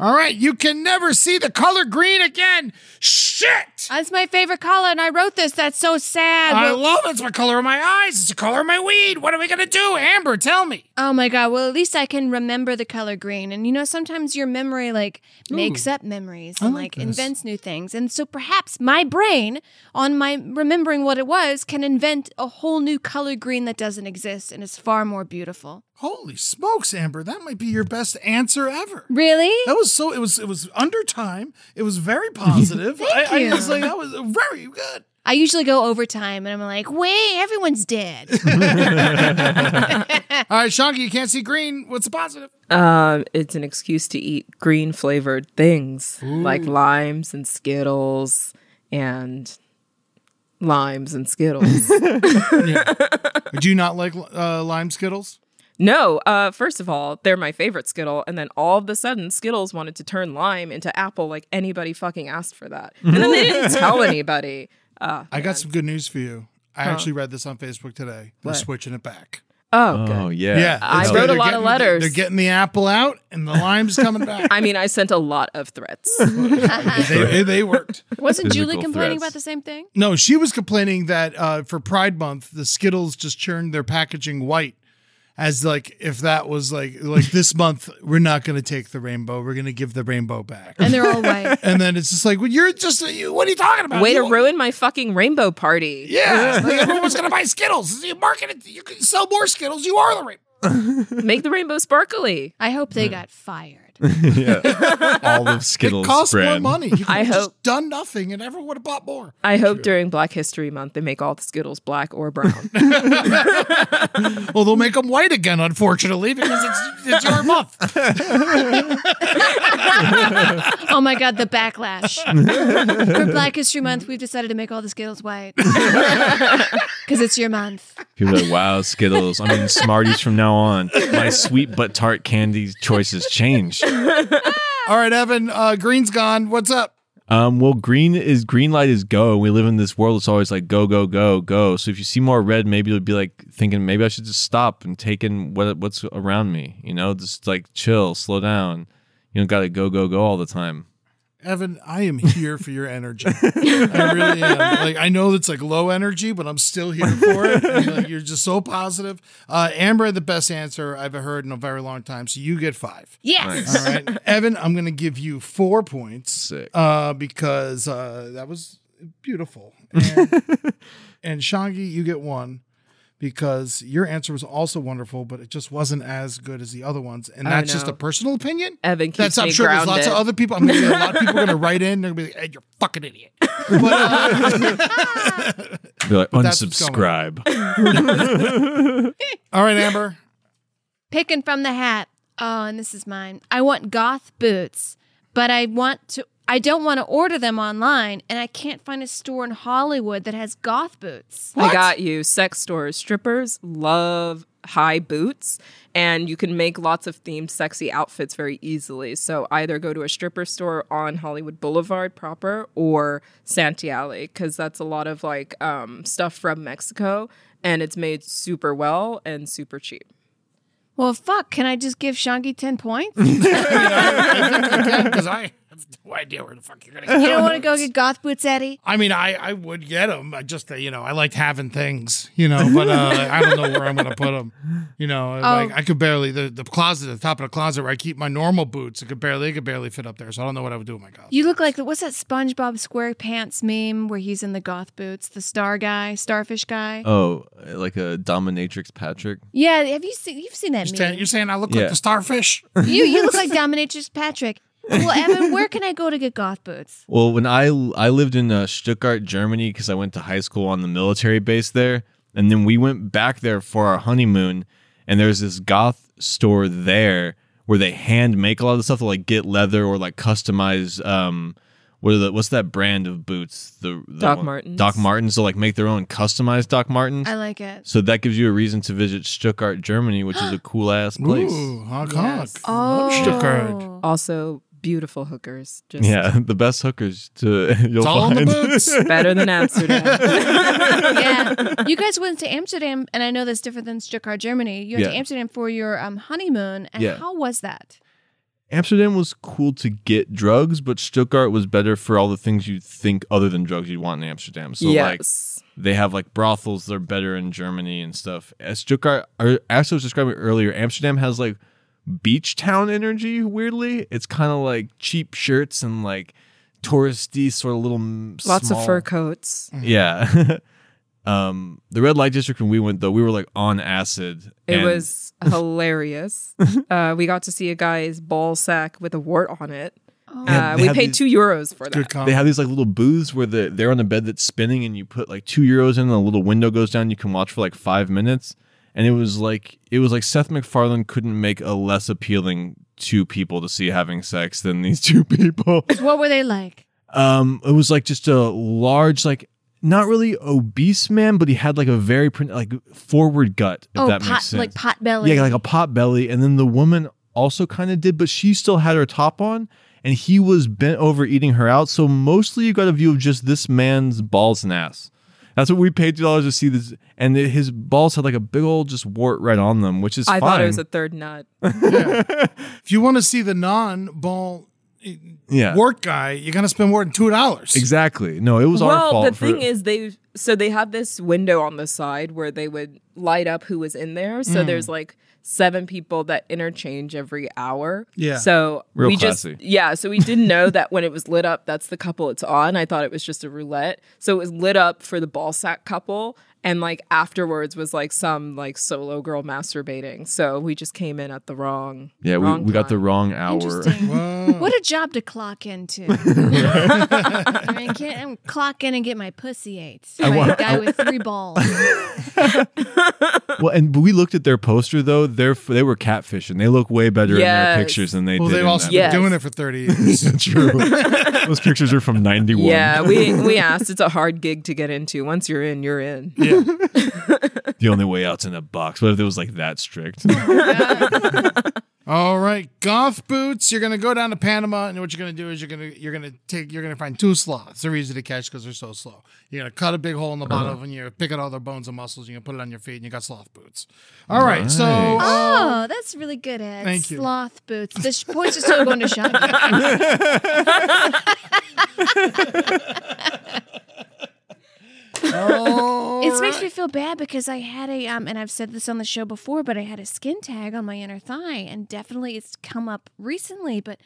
Speaker 7: All right, you can never see the color green again. Shit!
Speaker 6: That's my favorite color, and I wrote this. That's so sad.
Speaker 7: I
Speaker 6: Well-
Speaker 7: love it. It's the color of my eyes. It's the color of my weed. What are we gonna do, Amber? Tell me.
Speaker 6: Oh my god, well at least I can remember the color green. And you know, sometimes your memory like makes
Speaker 12: Ooh.
Speaker 6: up memories
Speaker 12: I
Speaker 6: and
Speaker 12: like
Speaker 6: like,
Speaker 12: this.
Speaker 6: invents new things. And so perhaps my brain on my remembering what it was can invent a whole new color green that doesn't exist and is far more beautiful.
Speaker 7: Holy smokes, Amber! That might be your best answer ever.
Speaker 6: Really?
Speaker 7: That was so. It was. It was under time. It was very positive.
Speaker 6: Thank
Speaker 7: I,
Speaker 6: you.
Speaker 7: I was like, that was very good.
Speaker 6: I usually go overtime and I'm like, wait, everyone's dead.
Speaker 7: All right, Shonky, you can't see green. What's the positive?
Speaker 10: Um, it's an excuse to eat green flavored things like
Speaker 7: Ooh.
Speaker 10: limes and Skittles and limes and Skittles.
Speaker 7: Do you not like uh, lime Skittles?
Speaker 10: no, uh, first of all, they're my favorite Skittle, and then all of a sudden, Skittles wanted to turn lime into apple like anybody fucking asked for that. And then they didn't tell anybody. Uh,
Speaker 7: I got some good news for you. I
Speaker 10: Huh.
Speaker 7: actually read this on Facebook today. They're
Speaker 10: What?
Speaker 7: switching it back.
Speaker 10: Oh, good.
Speaker 8: Oh, yeah.
Speaker 7: Yeah.
Speaker 10: I
Speaker 7: it's-
Speaker 10: wrote a
Speaker 7: they're
Speaker 10: lot of
Speaker 7: getting-
Speaker 10: letters.
Speaker 7: They're getting the apple out and the lime's coming back.
Speaker 10: I mean, I sent a lot of threats.
Speaker 7: they, they worked.
Speaker 6: Wasn't Julie complaining about the same thing?
Speaker 7: No, she was complaining that uh, for Pride Month, the Skittles just churned their packaging white, as like if that was like like this month we're not going to take the rainbow, we're going to give the rainbow back,
Speaker 6: and they're all white.
Speaker 7: and then it's just like, well, you're just uh, you, what are you talking about?
Speaker 10: Way to
Speaker 7: You-
Speaker 10: ruin my fucking rainbow party.
Speaker 7: yeah, like, everyone's going to buy Skittles. You market it, you can sell more Skittles. You are the rainbow.
Speaker 10: Make the rainbow sparkly.
Speaker 6: I hope they got fired.
Speaker 8: yeah. All of Skittles
Speaker 7: It costs
Speaker 8: brand.
Speaker 7: more money. You could
Speaker 10: I
Speaker 7: have
Speaker 10: hope.
Speaker 7: just done nothing, and everyone would have bought more.
Speaker 10: I hope during Black History Month they make all the Skittles black or brown.
Speaker 7: Well, they'll make them white again, unfortunately, because it's it's your month.
Speaker 6: oh my god, the backlash. For Black History Month, we've decided to make all the Skittles white. Because it's your month.
Speaker 8: People are like, wow, Skittles. I mean, Smarties from now on. My sweet but tart candy choices changed.
Speaker 7: All right, Evan, uh, Green's gone. What's up?
Speaker 8: Um, well, green is green light is go. and We live in this world. It's always like go, go, go, go. So if you see more red, maybe you'll be like thinking, maybe I should just stop and take in what what's around me. You know, just like chill, slow down. You don't gotta go, go, go all the time.
Speaker 7: Evan, I am here for your energy. I really am. Like I know it's like low energy, but I'm still here for it. And, like, you're just so positive. Uh, Amber had the best answer I've heard in a very long time, so you get five.
Speaker 6: Yes.
Speaker 7: All right, Evan, I'm gonna give you four points Uh, because uh, that was beautiful. And, and Shangi, you get one because your answer was also wonderful, but it just wasn't as good as the other ones. And
Speaker 10: Oh,
Speaker 7: that's just
Speaker 10: no.
Speaker 7: a personal opinion.
Speaker 10: Evan keeps
Speaker 7: That's I'm
Speaker 10: me
Speaker 7: sure there's lots of
Speaker 10: grounded.
Speaker 7: other people. I'm gonna get a lot of people are gonna write in. They're gonna be like, hey, "You're a fucking idiot." But, uh,
Speaker 8: Be like
Speaker 7: But that's what's
Speaker 8: unsubscribe.
Speaker 7: all right, Amber.
Speaker 6: Picking from the hat. Oh, and this is mine. I want goth boots, but I want to I don't want to order them online and I can't find a store in Hollywood that has goth boots.
Speaker 10: I got you. Sex stores, strippers love high boots, and you can make lots of themed, sexy outfits very easily. So either go to a stripper store on Hollywood Boulevard proper or Santee Alley, because that's a lot of like um, stuff from Mexico, and it's made super well and super cheap.
Speaker 6: Well, fuck, can I just give Shangi 10 points?
Speaker 7: Because I have no idea where the fuck you're gonna.
Speaker 6: You don't want to go get goth boots, Eddie?
Speaker 7: I mean, I, I would get them. I just, uh, you know, I liked having things, you know, but uh, I don't know where I'm going to put them. You know,
Speaker 10: Oh.
Speaker 7: like I could barely, the, the closet, the top of the closet where I keep my normal boots, it could barely, it could barely fit up there. So I don't know what I would do with my goth.
Speaker 6: You look like the- what's that SpongeBob SquarePants meme where he's in the goth boots, the star guy, starfish guy.
Speaker 8: Oh, like a dominatrix Patrick.
Speaker 6: Yeah, have you seen you've seen that
Speaker 7: You're
Speaker 6: meme?
Speaker 7: saying, you're saying I look
Speaker 8: Yeah.
Speaker 7: like the starfish?
Speaker 6: You you look like Dominatrix Patrick. Well, Evan, where can I go to get goth boots?
Speaker 8: Well, when I I lived in uh, Stuttgart, Germany, because I went to high school on the military base there, and then we went back there for our honeymoon, and there's this goth store there where they hand make a lot of the stuff, like get leather or like customize. Um, what are the, what's that brand of boots? The, the
Speaker 10: Doc
Speaker 8: one-
Speaker 10: Martens.
Speaker 8: Doc Martens. So like make their own customized Doc Martens.
Speaker 6: I like it.
Speaker 8: So that gives you a reason to visit Stuttgart, Germany, which is a cool ass place.
Speaker 7: Ooh, honk, honk.
Speaker 10: Yes.
Speaker 6: Oh.
Speaker 7: Stuttgart.
Speaker 10: Also, beautiful hookers. Just
Speaker 8: Yeah, the best hookers to you'll
Speaker 7: It's all in
Speaker 8: find.
Speaker 7: the boots.
Speaker 10: better than Amsterdam.
Speaker 6: yeah, you guys went to Amsterdam, and I know that's different than Stuttgart, Germany. You went to
Speaker 8: Yeah.
Speaker 6: Amsterdam for your um, honeymoon, and
Speaker 8: Yeah.
Speaker 6: how was that?
Speaker 8: Amsterdam was cool to get drugs, but Stuttgart was better for all the things you think other than drugs you'd want in Amsterdam. So
Speaker 10: Yes.
Speaker 8: like they have like brothels, they're better in Germany and stuff. As Stuttgart or as I was describing earlier, Amsterdam has like beach town energy, weirdly. It's kind of like cheap shirts and like touristy sort of little mm,
Speaker 10: Lots of
Speaker 8: small- Mm-hmm.
Speaker 10: fur coats.
Speaker 8: Yeah. um the red light district when we went though, we were like on acid.
Speaker 10: It
Speaker 8: and-
Speaker 10: was hilarious. uh, we got to see a guy's ball sack with a wart on it.
Speaker 8: Yeah,
Speaker 10: Uh,
Speaker 8: they
Speaker 10: we
Speaker 8: had
Speaker 10: paid
Speaker 8: these-
Speaker 10: two euros for that.
Speaker 8: They have these like little booths where the, they're on a bed that's spinning, and you put like two euros in, and a little window goes down. You can watch for like five minutes, and it was like it was like Seth MacFarlane couldn't make a less appealing two people to see having sex than these two people.
Speaker 6: What were they like?
Speaker 8: Um, it was like just a large, like not really obese man, but he had like a very pron- like forward gut. If
Speaker 6: Oh,
Speaker 8: that
Speaker 6: pot-
Speaker 8: makes sense,
Speaker 6: like pot belly.
Speaker 8: Yeah, like a pot belly, and then the woman also kind of did, but she still had her top on, and he was bent over eating her out. So mostly you got a view of just this man's balls and ass. That's what we paid two dollars to see this, and it- his balls had like a big old just wart right on them, which is
Speaker 10: I
Speaker 8: fine.
Speaker 10: thought it was a third nut.
Speaker 7: If you want to see the non-ball
Speaker 8: yeah,
Speaker 7: wart guy, you're gonna spend more than two dollars.
Speaker 8: exactly. No, it was our
Speaker 10: well,
Speaker 8: fault.
Speaker 10: the
Speaker 8: for-
Speaker 10: thing is, they so they had this window on the side where they would light up who was in there. So
Speaker 8: Mm.
Speaker 10: there's like seven people that interchange every hour.
Speaker 8: Yeah.
Speaker 10: So
Speaker 8: Real
Speaker 10: we
Speaker 8: classy.
Speaker 10: just yeah. So we didn't know that when it was lit up, that's the couple it's on. I thought it was just a roulette. So it was lit up for the ball sack couple. And like afterwards was like some like solo girl masturbating. So we just came in at the wrong.
Speaker 8: yeah, we,
Speaker 10: wrong
Speaker 8: we got the wrong hour.
Speaker 6: Interesting. What a job to clock into. I mean, can't I'm clock in and get my pussy ate.
Speaker 8: I
Speaker 6: by
Speaker 8: wa-
Speaker 6: a guy
Speaker 8: I-
Speaker 6: with three balls.
Speaker 8: well, and but we looked at their poster though. They're they were catfishing. They look way better in
Speaker 10: Yes.
Speaker 8: their pictures than they
Speaker 7: Well,
Speaker 8: did.
Speaker 7: they've
Speaker 8: in
Speaker 7: also
Speaker 8: that
Speaker 7: been
Speaker 10: Yes.
Speaker 7: doing it for thirty years.
Speaker 8: True. Those pictures are from '91.
Speaker 10: Yeah, we we asked. It's a hard gig to get into. Once you're in, you're in.
Speaker 8: the only way out's in a box. What if it was like that strict?
Speaker 7: All right, golf boots. You're gonna go down to Panama, and what you're gonna do is you're gonna you're gonna take you're gonna find two sloths. They're easy to catch because they're so slow. You're gonna cut a big hole in the bottom,
Speaker 8: Uh-huh.
Speaker 7: and you're pick out all their bones and muscles. And you can put it on your feet, and you got sloth boots. All right, so
Speaker 8: Nice.
Speaker 7: uh,
Speaker 6: oh, that's really good, Ed.
Speaker 7: Thank you.
Speaker 6: Sloth boots. The sh- points are still going to Sean. it makes
Speaker 7: Oh.
Speaker 6: me feel bad because I had a um, and I've said this on the show before, but I had a skin tag on my inner thigh, and definitely it's come up recently. But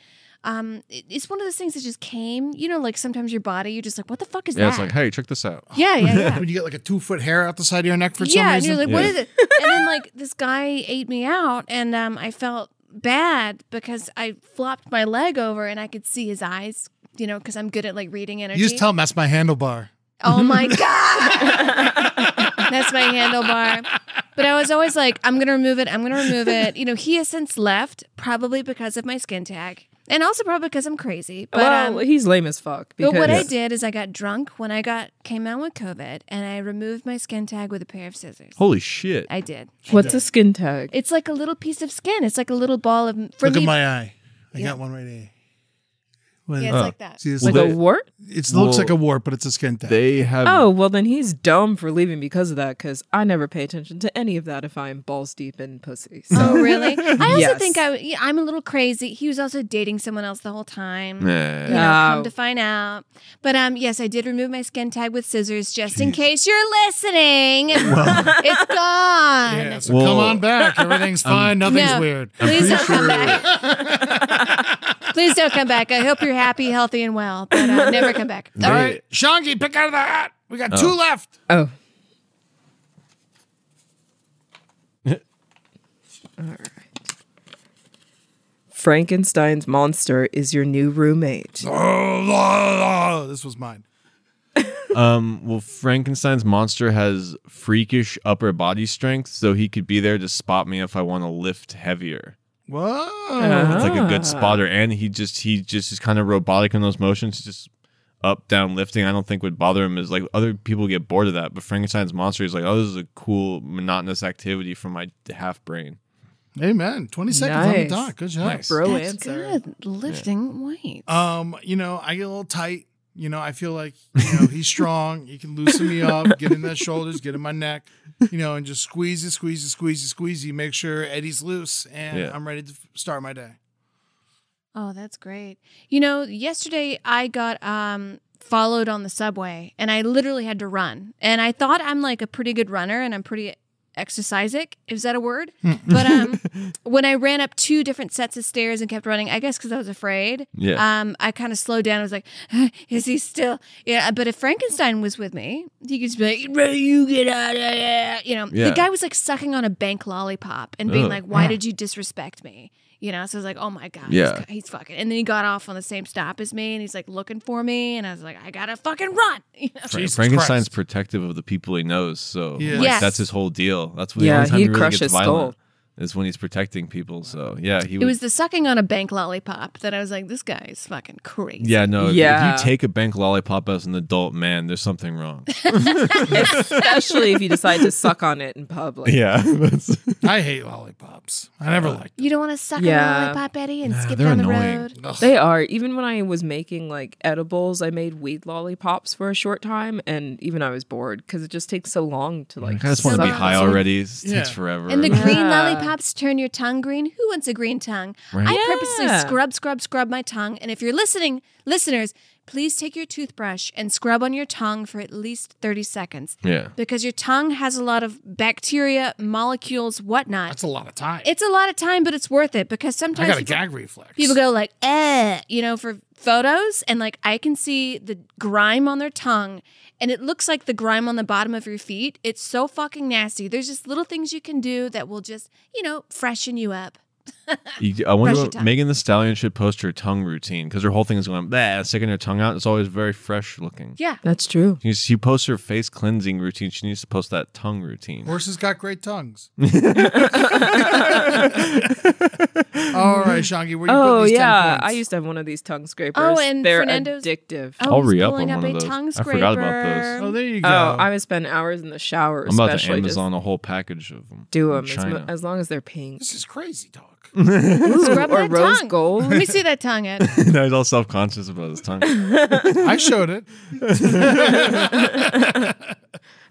Speaker 6: um, it- it's one of those things that just came, you know, like sometimes your body, you're just like, what the fuck is
Speaker 8: yeah,
Speaker 6: that?
Speaker 8: it's like, hey, check this out.
Speaker 6: yeah, yeah, yeah.
Speaker 7: when you get like a two foot hair out the side of your neck for some
Speaker 6: yeah, and
Speaker 7: reason.
Speaker 6: you're like, what is it? And then like this guy ate me out, and um, I felt bad because I flopped my leg over and I could see his eyes, you know, because I'm good at like reading energy.
Speaker 7: You just tell them that's my handlebar.
Speaker 6: Oh my god, that's my handlebar. But I was always like, I'm gonna remove it. I'm gonna remove it. You know, he has since left, probably because of my skin tag, and also probably because I'm crazy. But
Speaker 10: well,
Speaker 6: um,
Speaker 10: he's lame as fuck. Because
Speaker 6: but what I did is I got drunk when I got came out with COVID, and I removed my skin tag with a pair of scissors.
Speaker 8: Holy shit!
Speaker 6: I did.
Speaker 10: What's a skin tag?
Speaker 6: It's like a little piece of skin. It's like a little ball of. For
Speaker 7: Look
Speaker 6: me,
Speaker 7: at my eye. I
Speaker 6: Yeah.
Speaker 7: got one right here. uh,
Speaker 6: Yeah, it's like that.
Speaker 7: See, it's
Speaker 10: Like a wart?
Speaker 7: It looks
Speaker 8: Well,
Speaker 7: like a wart, but it's a skin tag.
Speaker 8: They have.
Speaker 10: Oh well, then he's dumb for leaving because of that. Because I never pay attention to any of that if I'm balls deep in pussy. So.
Speaker 6: Oh, really? I also
Speaker 10: Yes.
Speaker 6: think I, yeah, I'm a little crazy. He was also dating someone else the whole time.
Speaker 8: Yeah.
Speaker 6: You know, come
Speaker 10: Oh.
Speaker 6: to find out. But um, yes, I did remove my skin tag with scissors just in case you're listening. it's gone.
Speaker 7: yeah, so
Speaker 8: Well,
Speaker 7: come on back. Everything's fine. Nothing's
Speaker 6: No,
Speaker 7: weird.
Speaker 6: Please don't come back. Please don't come back. I hope you're happy, healthy, and well. But uh, never come back.
Speaker 8: They,
Speaker 7: All right, Shangi, pick out of the hat. We got two
Speaker 8: Oh.
Speaker 7: left.
Speaker 10: Oh. All right. Frankenstein's monster is your new roommate.
Speaker 7: Oh, la, la. this was mine.
Speaker 8: Um, well, Frankenstein's monster has freakish upper body strength, so he could be there to spot me if I want to lift heavier.
Speaker 7: Whoa.
Speaker 11: Uh-huh.
Speaker 8: It's like a good spotter, and he just he just is kind of robotic in those motions, just up down lifting. I don't think would bother him. Is like other people get bored of that, but Frankenstein's monster is like, oh, this is a cool monotonous activity for my half brain.
Speaker 7: Amen. 20 seconds on the
Speaker 10: Nice.
Speaker 7: dot. Good job.
Speaker 8: Nice.
Speaker 10: Bro
Speaker 6: That's
Speaker 10: answer.
Speaker 6: good. Lifting weights.
Speaker 7: Um, you know, I get a little tight. You know, I feel like you know he's strong. He can loosen me up, get in the shoulders, get in my neck. You know, and just squeeze it, squeeze it, squeeze it, squeeze it. Make sure Eddie's loose, and
Speaker 8: Yeah.
Speaker 7: I'm ready to f- start my day.
Speaker 6: Oh, that's great. You know, yesterday I got um followed on the subway and I literally had to run. And I thought I'm like a pretty good runner and I'm pretty exercisic. Is that a word?
Speaker 12: Hmm.
Speaker 6: but um when I ran up two different sets of stairs and kept running, I guess because I was afraid.
Speaker 12: Yeah.
Speaker 6: Um, I kind of slowed down. I was like, "Is he still?" Yeah. But if Frankenstein was with me, he could just be like, "Ray, "You get out of here!" You know,
Speaker 12: Yeah.
Speaker 6: the guy was like sucking on a bank lollipop and being
Speaker 12: Ugh.
Speaker 6: like, "Why
Speaker 12: Yeah.
Speaker 6: did you disrespect me?" You know. So I was like, "Oh my god,
Speaker 12: Yeah.
Speaker 6: he's, he's fucking." And then he got off on the same stop as me, and he's like looking for me, and I was like, "I gotta fucking run!" You know?
Speaker 8: Fra- Frankenstein's protective of the people he knows, so
Speaker 6: Yeah.
Speaker 8: like,
Speaker 6: Yes.
Speaker 8: that's his whole deal. That's when the
Speaker 10: Yeah,
Speaker 8: only time
Speaker 10: he'd
Speaker 8: he really
Speaker 10: crush
Speaker 8: gets
Speaker 10: his
Speaker 8: violent is when he's protecting people. So yeah, he
Speaker 6: It
Speaker 8: would-
Speaker 6: was the sucking on a bank lollipop that I was like, "This guy is fucking crazy."
Speaker 8: Yeah, no. if-
Speaker 10: Yeah.
Speaker 8: If you take a bank lollipop as an adult man, there's something wrong.
Speaker 10: Especially if you decide to suck on it in public.
Speaker 8: Yeah.
Speaker 7: I hate lollipops. I never liked.
Speaker 6: You don't want to suck on
Speaker 10: Yeah.
Speaker 6: a lollipop, Eddie, and skip
Speaker 7: they're
Speaker 6: down the
Speaker 7: annoying.
Speaker 6: road.
Speaker 10: They are. Even when I was making like edibles, I made weed lollipops for a short time, and even I was bored because it just takes so long to like.
Speaker 8: I just want to be
Speaker 10: suck
Speaker 8: high
Speaker 10: on it.
Speaker 8: already. It takes forever.
Speaker 6: And the
Speaker 8: Like,
Speaker 6: green
Speaker 10: Yeah.
Speaker 6: lollipops turn your tongue green. Who wants a green tongue?
Speaker 8: Right.
Speaker 6: I purposely
Speaker 10: Yeah.
Speaker 6: scrub, scrub, scrub my tongue. And if you're listening, listeners, please take your toothbrush and scrub on your tongue for at least 30 seconds.
Speaker 8: Yeah.
Speaker 6: Because your tongue has a lot of bacteria, molecules, whatnot. That's
Speaker 7: a lot of time.
Speaker 6: It's a lot of time, but it's worth it because
Speaker 7: I
Speaker 6: sometimes
Speaker 7: got a
Speaker 6: people-
Speaker 7: gag reflex.
Speaker 6: People go like, eh, you know, for photos, and like I can see the grime on their tongue, and it looks like the grime on the bottom of your feet. It's so fucking nasty. There's just little things you can do that will just, you know, freshen you up.
Speaker 8: you- I
Speaker 6: Brush
Speaker 8: wonder
Speaker 6: your
Speaker 8: what
Speaker 6: tongue.
Speaker 8: Megan the Stallion should post her tongue routine because her whole thing is going bah, sticking her tongue out. It's always very fresh looking.
Speaker 6: Yeah.
Speaker 10: That's true.
Speaker 8: She, she posts her face cleansing routine. She needs to post that tongue routine.
Speaker 7: Horses got great tongues. All right, Shangi, where you
Speaker 10: oh
Speaker 7: put these
Speaker 10: yeah, I
Speaker 7: 10 points?
Speaker 10: used to have one of these tongue scrapers.
Speaker 6: Oh, and
Speaker 10: they're
Speaker 6: Fernando's-
Speaker 10: addictive.
Speaker 6: Oh, I'll he's re-up pulling on up one of a those. tongue I forgot about those. scraper.
Speaker 7: Oh, there you
Speaker 10: Oh,
Speaker 7: go.
Speaker 10: I would spend hours in the shower,
Speaker 8: I'm about to
Speaker 10: especially just
Speaker 8: Amazon a whole package of them.
Speaker 10: do
Speaker 8: from
Speaker 10: them as, mo-
Speaker 8: China.
Speaker 10: as long as they're pink.
Speaker 7: This is crazy talk.
Speaker 6: Scrub
Speaker 10: or
Speaker 6: that
Speaker 10: rose
Speaker 6: tongue.
Speaker 10: gold.
Speaker 6: Let me see that tongue, Ed.
Speaker 8: now he's all self conscious about his tongue.
Speaker 7: I showed it.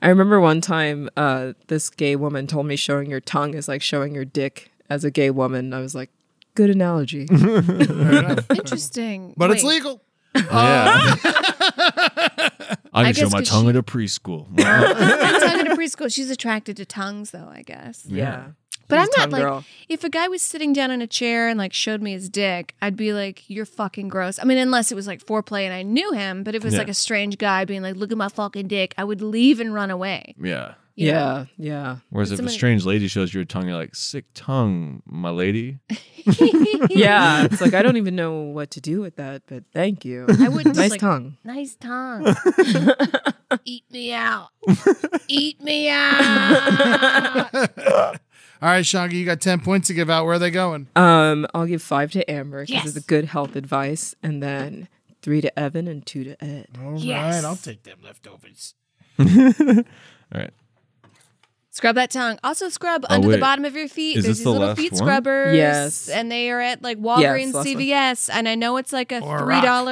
Speaker 10: I remember one time uh, this gay woman told me showing your tongue is like showing your dick as a gay woman. I was like, good analogy.
Speaker 6: Interesting.
Speaker 7: But it's
Speaker 6: Wait.
Speaker 7: legal.
Speaker 8: Yeah. I
Speaker 6: I
Speaker 8: can show
Speaker 6: guess
Speaker 8: my
Speaker 6: 'cause
Speaker 8: tongue
Speaker 6: she-
Speaker 8: at a preschool.
Speaker 6: I'm talking to preschool. She's attracted to tongues, though, I guess.
Speaker 8: Yeah.
Speaker 6: But
Speaker 10: She's
Speaker 6: I'm
Speaker 10: tongue
Speaker 6: not like,
Speaker 10: girl.
Speaker 6: if a guy was sitting down in a chair and like showed me his dick, I'd be like, you're fucking gross. I mean, unless it was like foreplay and I knew him, but if it was
Speaker 8: Yeah.
Speaker 6: like a strange guy being like, look at my fucking dick, I would leave and run away.
Speaker 8: yeah.
Speaker 6: you know?
Speaker 10: yeah, yeah.
Speaker 8: Whereas if a
Speaker 6: Somebody-
Speaker 8: strange lady shows you her tongue, you're like, sick tongue, my lady.
Speaker 10: yeah, it's like I don't even know what to do with that, but thank you.
Speaker 6: I wouldn't. just,
Speaker 10: nice
Speaker 6: like,
Speaker 10: tongue.
Speaker 6: Nice tongue. Eat me out. Eat me out.
Speaker 7: All right, Shangi, you got 10 points to give out. Where are they going?
Speaker 10: Um, I'll give five to Amber because
Speaker 6: Yes.
Speaker 10: it's good health advice, and then three to Evan and two to Ed.
Speaker 7: All
Speaker 6: Yes.
Speaker 7: right, I'll take them leftovers.
Speaker 8: All right.
Speaker 6: Scrub that tongue. Also, scrub
Speaker 8: Oh,
Speaker 6: under
Speaker 8: wait.
Speaker 6: the bottom of your feet.
Speaker 8: Is this
Speaker 6: There's these
Speaker 8: the
Speaker 6: little
Speaker 8: last
Speaker 6: feet
Speaker 8: one?
Speaker 6: scrubbers.
Speaker 10: Yes.
Speaker 6: And they are at like
Speaker 10: last
Speaker 6: Walgreens,
Speaker 10: one.
Speaker 6: CVS. And I know it's like a
Speaker 10: Or a
Speaker 6: $3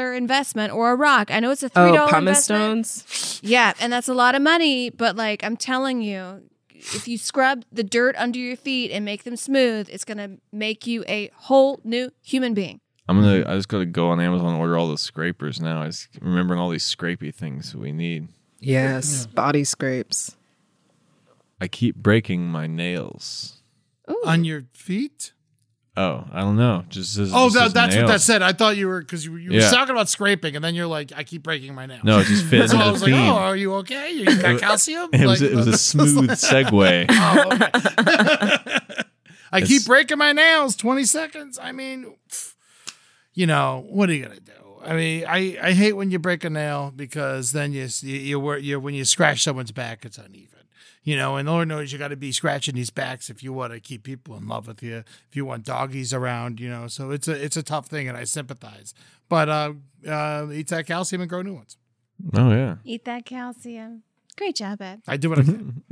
Speaker 10: rock.
Speaker 6: investment or a rock. I know it's a $3
Speaker 10: Oh, pumice
Speaker 6: investment.
Speaker 10: stones.
Speaker 6: Yeah. And that's a lot of money. But like, I'm telling you, if you scrub the dirt under your feet and make them smooth, it's going to make you a whole new human being.
Speaker 8: I'm gonna. I just gotta go on Amazon and order all those scrapers now. I just remembering all these scrapey things we need.
Speaker 10: Yes, body scrapes.
Speaker 8: I keep breaking my nails.
Speaker 7: On your feet?
Speaker 8: Oh, I don't know. Just says-
Speaker 7: Oh,
Speaker 8: just
Speaker 7: that,
Speaker 8: says
Speaker 7: that's what that
Speaker 8: nails.
Speaker 7: said. I thought you were because you, you
Speaker 8: Yeah.
Speaker 7: were talking about scraping, and then you're like, I keep breaking my nail.
Speaker 8: No, it just fit
Speaker 7: So
Speaker 8: into
Speaker 7: I
Speaker 8: the
Speaker 7: was
Speaker 8: theme.
Speaker 7: like, oh, are you okay? You
Speaker 8: It
Speaker 7: got
Speaker 8: wa-
Speaker 7: calcium?
Speaker 8: It was,
Speaker 7: Like,
Speaker 8: it was a smooth segue.
Speaker 7: oh, okay. I
Speaker 8: It's-
Speaker 7: keep breaking my nails. Twenty seconds. I mean, pff, you know what are you gonna do? I mean, I, I hate when you break a nail because then you you, you, wor- you when you scratch someone's back, it's uneven. You know, and Lord knows you got to be scratching these backs if you want to keep people in love with you. If you want doggies around, you know, so it's a it's a tough thing, and I sympathize. But uh, uh, eat that calcium and grow new ones.
Speaker 8: Oh yeah.
Speaker 6: Eat that calcium. Great job, Ed.
Speaker 7: I do what I can.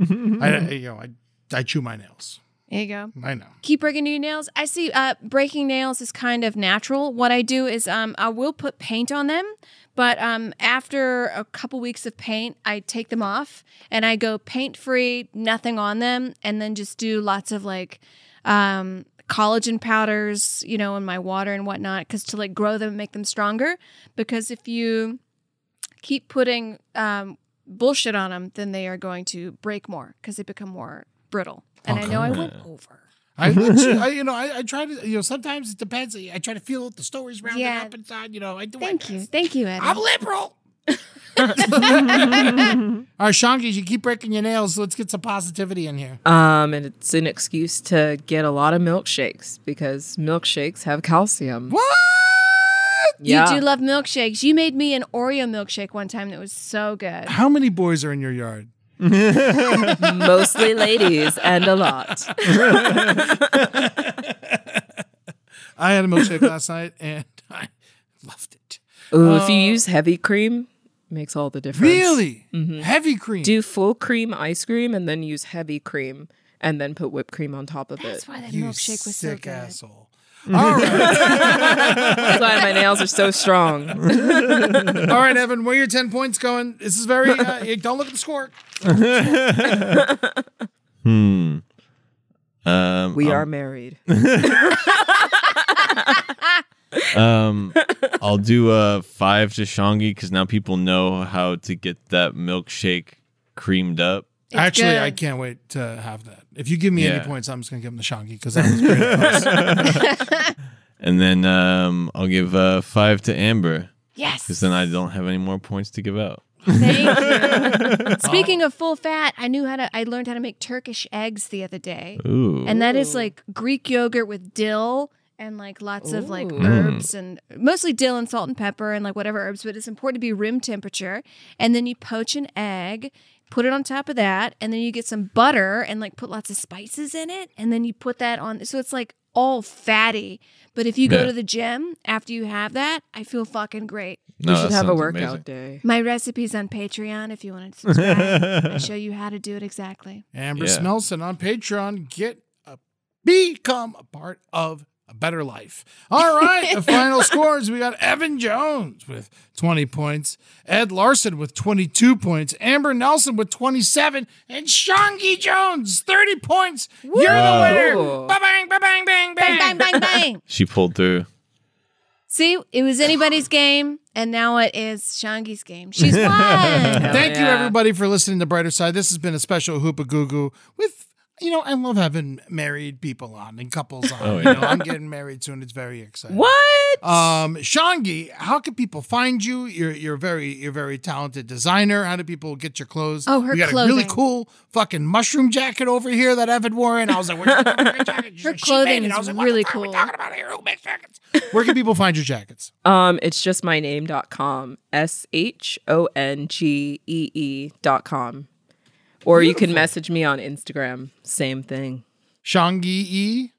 Speaker 7: I I- you know I I chew my nails.
Speaker 6: There you go.
Speaker 7: I know.
Speaker 6: keep breaking new nails. I see uh, breaking nails is kind of natural. What I do is um, I will put paint on them, but um, after a couple weeks of paint, I take them off and I go paint free, nothing on them, and then just do lots of like um, collagen powders, you know, in my water and whatnot, because to like grow them and make them stronger. Because if you keep putting um, bullshit on them, then they are going to break more because they become more brittle. And I know I went over.
Speaker 7: I, I, you know, I, I try to, you know, sometimes it depends. I I try to feel the stories rounded
Speaker 6: Yeah.
Speaker 7: up inside. You know, I do.
Speaker 6: Thank you, thank you, Eddie.
Speaker 7: I'm liberal. All right, Shonky, you keep breaking your nails. Let's get some positivity in here.
Speaker 10: Um, and it's an excuse to get a lot of milkshakes because milkshakes have calcium.
Speaker 7: What?
Speaker 10: Yeah.
Speaker 6: You do love milkshakes. You made me an Oreo milkshake one time that was so good.
Speaker 7: How many boys are in your yard?
Speaker 10: Mostly ladies and a lot.
Speaker 7: I had a milkshake last night and I loved it.
Speaker 10: Ooh,
Speaker 6: Oh.
Speaker 10: if you
Speaker 7: Uh,
Speaker 10: use heavy cream, makes all the difference.
Speaker 7: Really?
Speaker 10: Mhm.
Speaker 7: Heavy cream?
Speaker 10: Do full cream ice cream and then use heavy cream and then put whipped cream on top of it.
Speaker 6: That's why that
Speaker 7: You
Speaker 6: milkshake was so
Speaker 7: sick
Speaker 6: good.
Speaker 7: asshole. All right.
Speaker 10: That's why my nails are so strong.
Speaker 7: All right, Evan, where are your 10 points going? This is very, uh, you- don't look at the score.
Speaker 8: Hmm. Um,
Speaker 10: We
Speaker 8: I'll-
Speaker 10: are married.
Speaker 8: um, I'll do uh, five to Shangi because now people know how to get that milkshake creamed up.
Speaker 7: Actually, I can't wait to have that. If you give me
Speaker 8: Yeah.
Speaker 7: any points, I'm just going to give them the Shonky because that was pretty close.
Speaker 8: And then um, I'll give uh, five to Amber.
Speaker 6: Yes.
Speaker 8: Because then I don't have any more points to give out.
Speaker 6: Thank you. Speaking of full fat, I knew how to. I learned how to make Turkish eggs the other day,
Speaker 8: Ooh.
Speaker 6: and that is like Greek yogurt with dill and like lots of like
Speaker 8: Ooh. Mm.
Speaker 6: herbs and mostly dill and salt and pepper and like whatever herbs. But it's important to be room temperature, and then you poach an egg. Put it on top of that, and then you get some butter and like put lots of spices in it, and then you put that on. So it's like all fatty. But if you go
Speaker 8: Yeah.
Speaker 6: to the gym after you have that, I feel fucking great.
Speaker 8: No,
Speaker 10: we should
Speaker 8: that
Speaker 10: have a
Speaker 8: sounds
Speaker 10: workout
Speaker 8: amazing.
Speaker 10: day.
Speaker 6: My recipe's on Patreon if you want to subscribe. I show you how to do it exactly.
Speaker 7: Amber
Speaker 8: Yeah.
Speaker 7: Smelson on Patreon. Get a, become a part of a better life. All right, the final scores. We got Evan Jones with 20 points, Ed Larson with 22 points, Amber Nelson with 27, and Shangi Jones 30 points. You're
Speaker 8: Wow.
Speaker 7: the winner.
Speaker 10: Ooh.
Speaker 7: Ba bang, ba bang, bang,
Speaker 6: Bang,
Speaker 7: bang.
Speaker 6: bang, bang, bang.
Speaker 8: She pulled through.
Speaker 6: See, it was anybody's game, and now it is Shangi's game. She's won.
Speaker 7: Thank you,
Speaker 10: yeah.
Speaker 7: everybody, for listening to Brighter Side. This has been a special Hoopa Goo Goo with, you know, I love having married people on and couples on.
Speaker 8: Oh,
Speaker 7: You
Speaker 8: yeah.
Speaker 7: know, I'm getting married soon. It's very exciting.
Speaker 10: What?
Speaker 7: Um, Shangi, how can people find you? You're you're very you're very talented designer. How do people get your clothes?
Speaker 6: Oh, her
Speaker 7: you got a
Speaker 6: clothing.
Speaker 7: really cool fucking mushroom jacket over here that Evan wore, and I was like, where's the fucking jacket? She's
Speaker 6: Her
Speaker 7: like, "She made
Speaker 6: clothing
Speaker 7: it." I
Speaker 6: is
Speaker 7: was like, what
Speaker 6: really
Speaker 7: the fuck are we
Speaker 6: cool.
Speaker 7: talking about here? Who makes jackets? Where can people find your jackets?
Speaker 10: Um, it's just my name.com. S H O N G E E dot com. Or you can message me on Instagram. Same thing.
Speaker 7: Shangi E.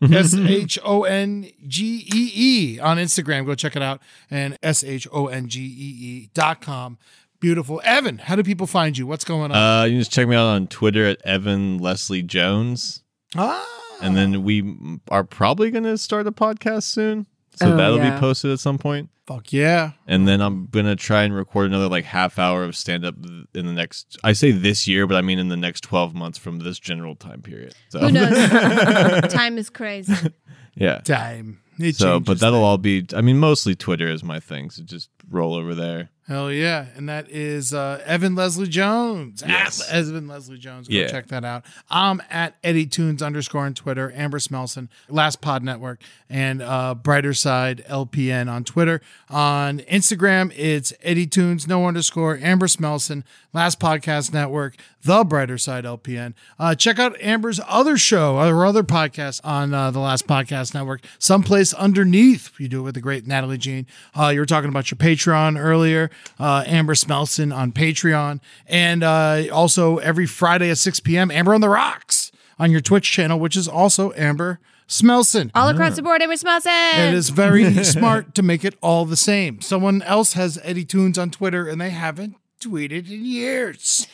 Speaker 10: Mm-hmm.
Speaker 7: S H O N G E E on Instagram. Go check it out. And S H O N G E E dot com. Beautiful. Evan, how do people find you? What's going on?
Speaker 8: Uh, you can just check me out on Twitter at Evan Leslie Jones.
Speaker 7: ah.
Speaker 8: And then we m- are probably going to start a podcast soon. So
Speaker 10: Oh,
Speaker 8: that'll
Speaker 10: yeah.
Speaker 8: be posted at some point.
Speaker 7: Fuck yeah.
Speaker 8: And then I'm going to try and record another like half hour of stand up in the next, I say this year, but I mean in the next 12 months from this general time period. So,
Speaker 6: Who knows? Time is crazy.
Speaker 8: yeah.
Speaker 7: Time. It
Speaker 8: so, but
Speaker 7: changes
Speaker 8: that'll all be, I mean, mostly Twitter is my thing. So just roll over there.
Speaker 7: Hell yeah. And that is uh, Evan Leslie Jones.
Speaker 8: Yes.
Speaker 7: At Evan Leslie Jones. Go
Speaker 8: Yeah.
Speaker 7: check that out. I'm at Eddie Tunes underscore on Twitter, Amber Smelson, Last Pod Network, and uh, Brighter Side LPN on Twitter. On Instagram, it's Eddie Tunes, no underscore, Amber Smelson, Last Podcast Network, The Brighter Side LPN. Uh, check out Amber's other show, her other podcast on uh, The Last Podcast Network, Someplace Underneath. You do it with the great Natalie Jean. Uh, you were talking about your Patreon earlier, uh, Amber Smelson on Patreon. And uh, also every Friday at 6 p.m., Amber on the Rocks on your Twitch channel, which is also Amber Smelson.
Speaker 6: All across the board, Amber Smelson.
Speaker 7: It is very smart to make it all the same. Someone else has Eddie Tunes on Twitter and they haven't tweeted in years.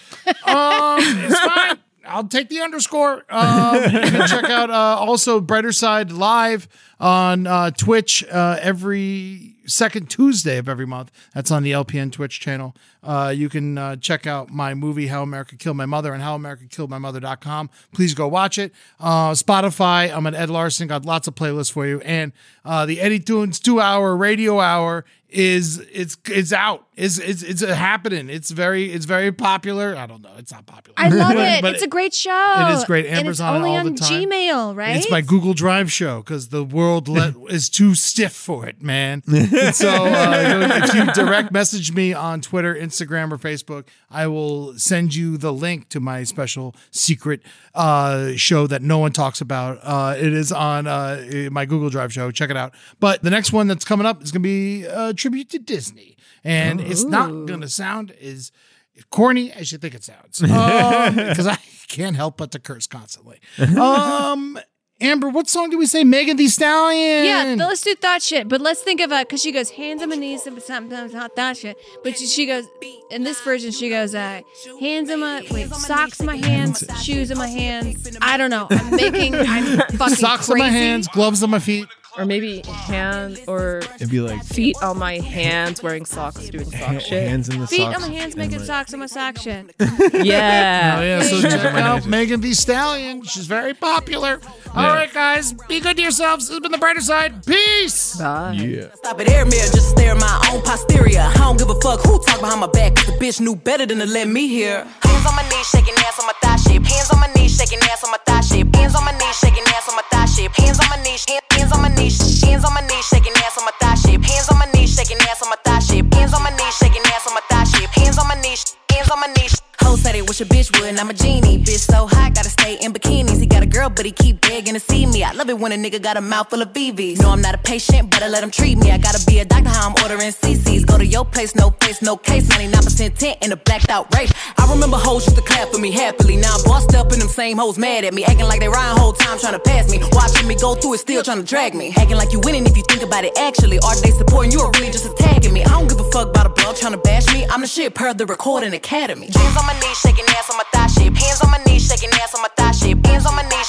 Speaker 7: Um, it's fine. I'll take the underscore. Um, you can check out uh, also Brighter Side Live on uh, Twitch uh, every second Tuesday of every month. That's on the LPN Twitch channel. Uh, you can uh, check out my movie, How America Killed My Mother, and howamericakilledmymother.com. Please go watch it. Uh, Spotify, I'm at Ed Larson, got lots of playlists for you. And uh, the Eddie Tunes two hour radio hour is it's it's out it's it's it's happening it's very it's very popular i don't know it's not popular
Speaker 6: I love
Speaker 7: But-
Speaker 6: it.
Speaker 7: but
Speaker 6: it's a great show.
Speaker 7: it is great.
Speaker 6: and
Speaker 7: Amber's
Speaker 6: it's
Speaker 7: on it
Speaker 6: only
Speaker 7: all
Speaker 6: on
Speaker 7: the time.
Speaker 6: Gmail, right?
Speaker 7: it's my Google Drive show because the world let, is too stiff for it, man. And so uh, if you direct message me on Twitter, Instagram, or Facebook, I will send you the link to my special secret uh, show that no one talks about. Uh, it is on uh, my Google Drive show. Check it out. But the next one that's coming up is going to be a tribute to Disney, and it's not
Speaker 12: Ooh.
Speaker 7: going to sound as corny as you think it sounds because I can't help but to curse constantly. Um, Amber, what song do we say? Megan Thee Stallion.
Speaker 6: yeah, but let's do thought shit. But let's think of a because she goes hands on my knees, but sometimes not thought shit. But she, she goes in this version, she goes uh, hands on my wait, socks in my hands, shoes in my hands. I don't know. I'm making I'm fucking
Speaker 7: Socks on my
Speaker 6: crazy.
Speaker 7: hands, gloves on my feet.
Speaker 10: Or maybe hands or
Speaker 8: It'd be like-
Speaker 10: feet on my hands, wearing socks, doing sock
Speaker 8: Ha-
Speaker 10: shit.
Speaker 8: hands in the
Speaker 6: Feet on my hands, making socks on my sock shit.
Speaker 10: Yeah.
Speaker 7: Oh, yeah. So
Speaker 10: Shoes
Speaker 7: check
Speaker 10: on my
Speaker 7: out
Speaker 10: knees.
Speaker 7: Megan Thee Stallion. She's very popular. All
Speaker 12: Yeah.
Speaker 7: right, guys. Be good to yourselves. This has been the brighter side. Peace.
Speaker 8: Yeah.
Speaker 12: Stop at air mirror, just stare at my own posterior. I don't give a fuck who talk behind my back. 'cause The bitch knew better than to let me hear.
Speaker 13: Hands on my knees, shaking ass on my thigh shape. Hands on my knees, shaking ass on my thigh shape. Hands on my knees, shaking ass on my thigh shape. Hands on my knees, hand- hands on my knees, hands on my knees, shaking ass on my thigh shape. Hands on my knees, shaking ass on my thigh shape. Hands on my knees, shaking ass on my thigh shape. Hands on my knees, hands on my knees. Ho said it wish a bitch would, and I'm a genie. Bitch so hot, gotta stay in bikinis. He got a girl, but he keep begging to see me. I love it when a nigga got a mouth full of VVs. No, I'm not a patient, but I let him treat me. I gotta be a doctor, how I'm ordering CCs. Go to your place, no face, no case. 99% tint in a blacked out race. I remember hoes used to clap for me happily. Now I'm bossed up and them same hoes mad at me. Acting like they riding whole time trying to pass me. Watching me go through it, still trying to drag me. Acting like you winning if you think about it actually. Are they supporting you or really just attacking me? I don't give a fuck about a blog trying to bash me. I'm the shit per the recording academy. Hands on my knees, shaking ass on my thigh shape. Hands on my knees, shaking ass on my thigh shape. Hands on my knees,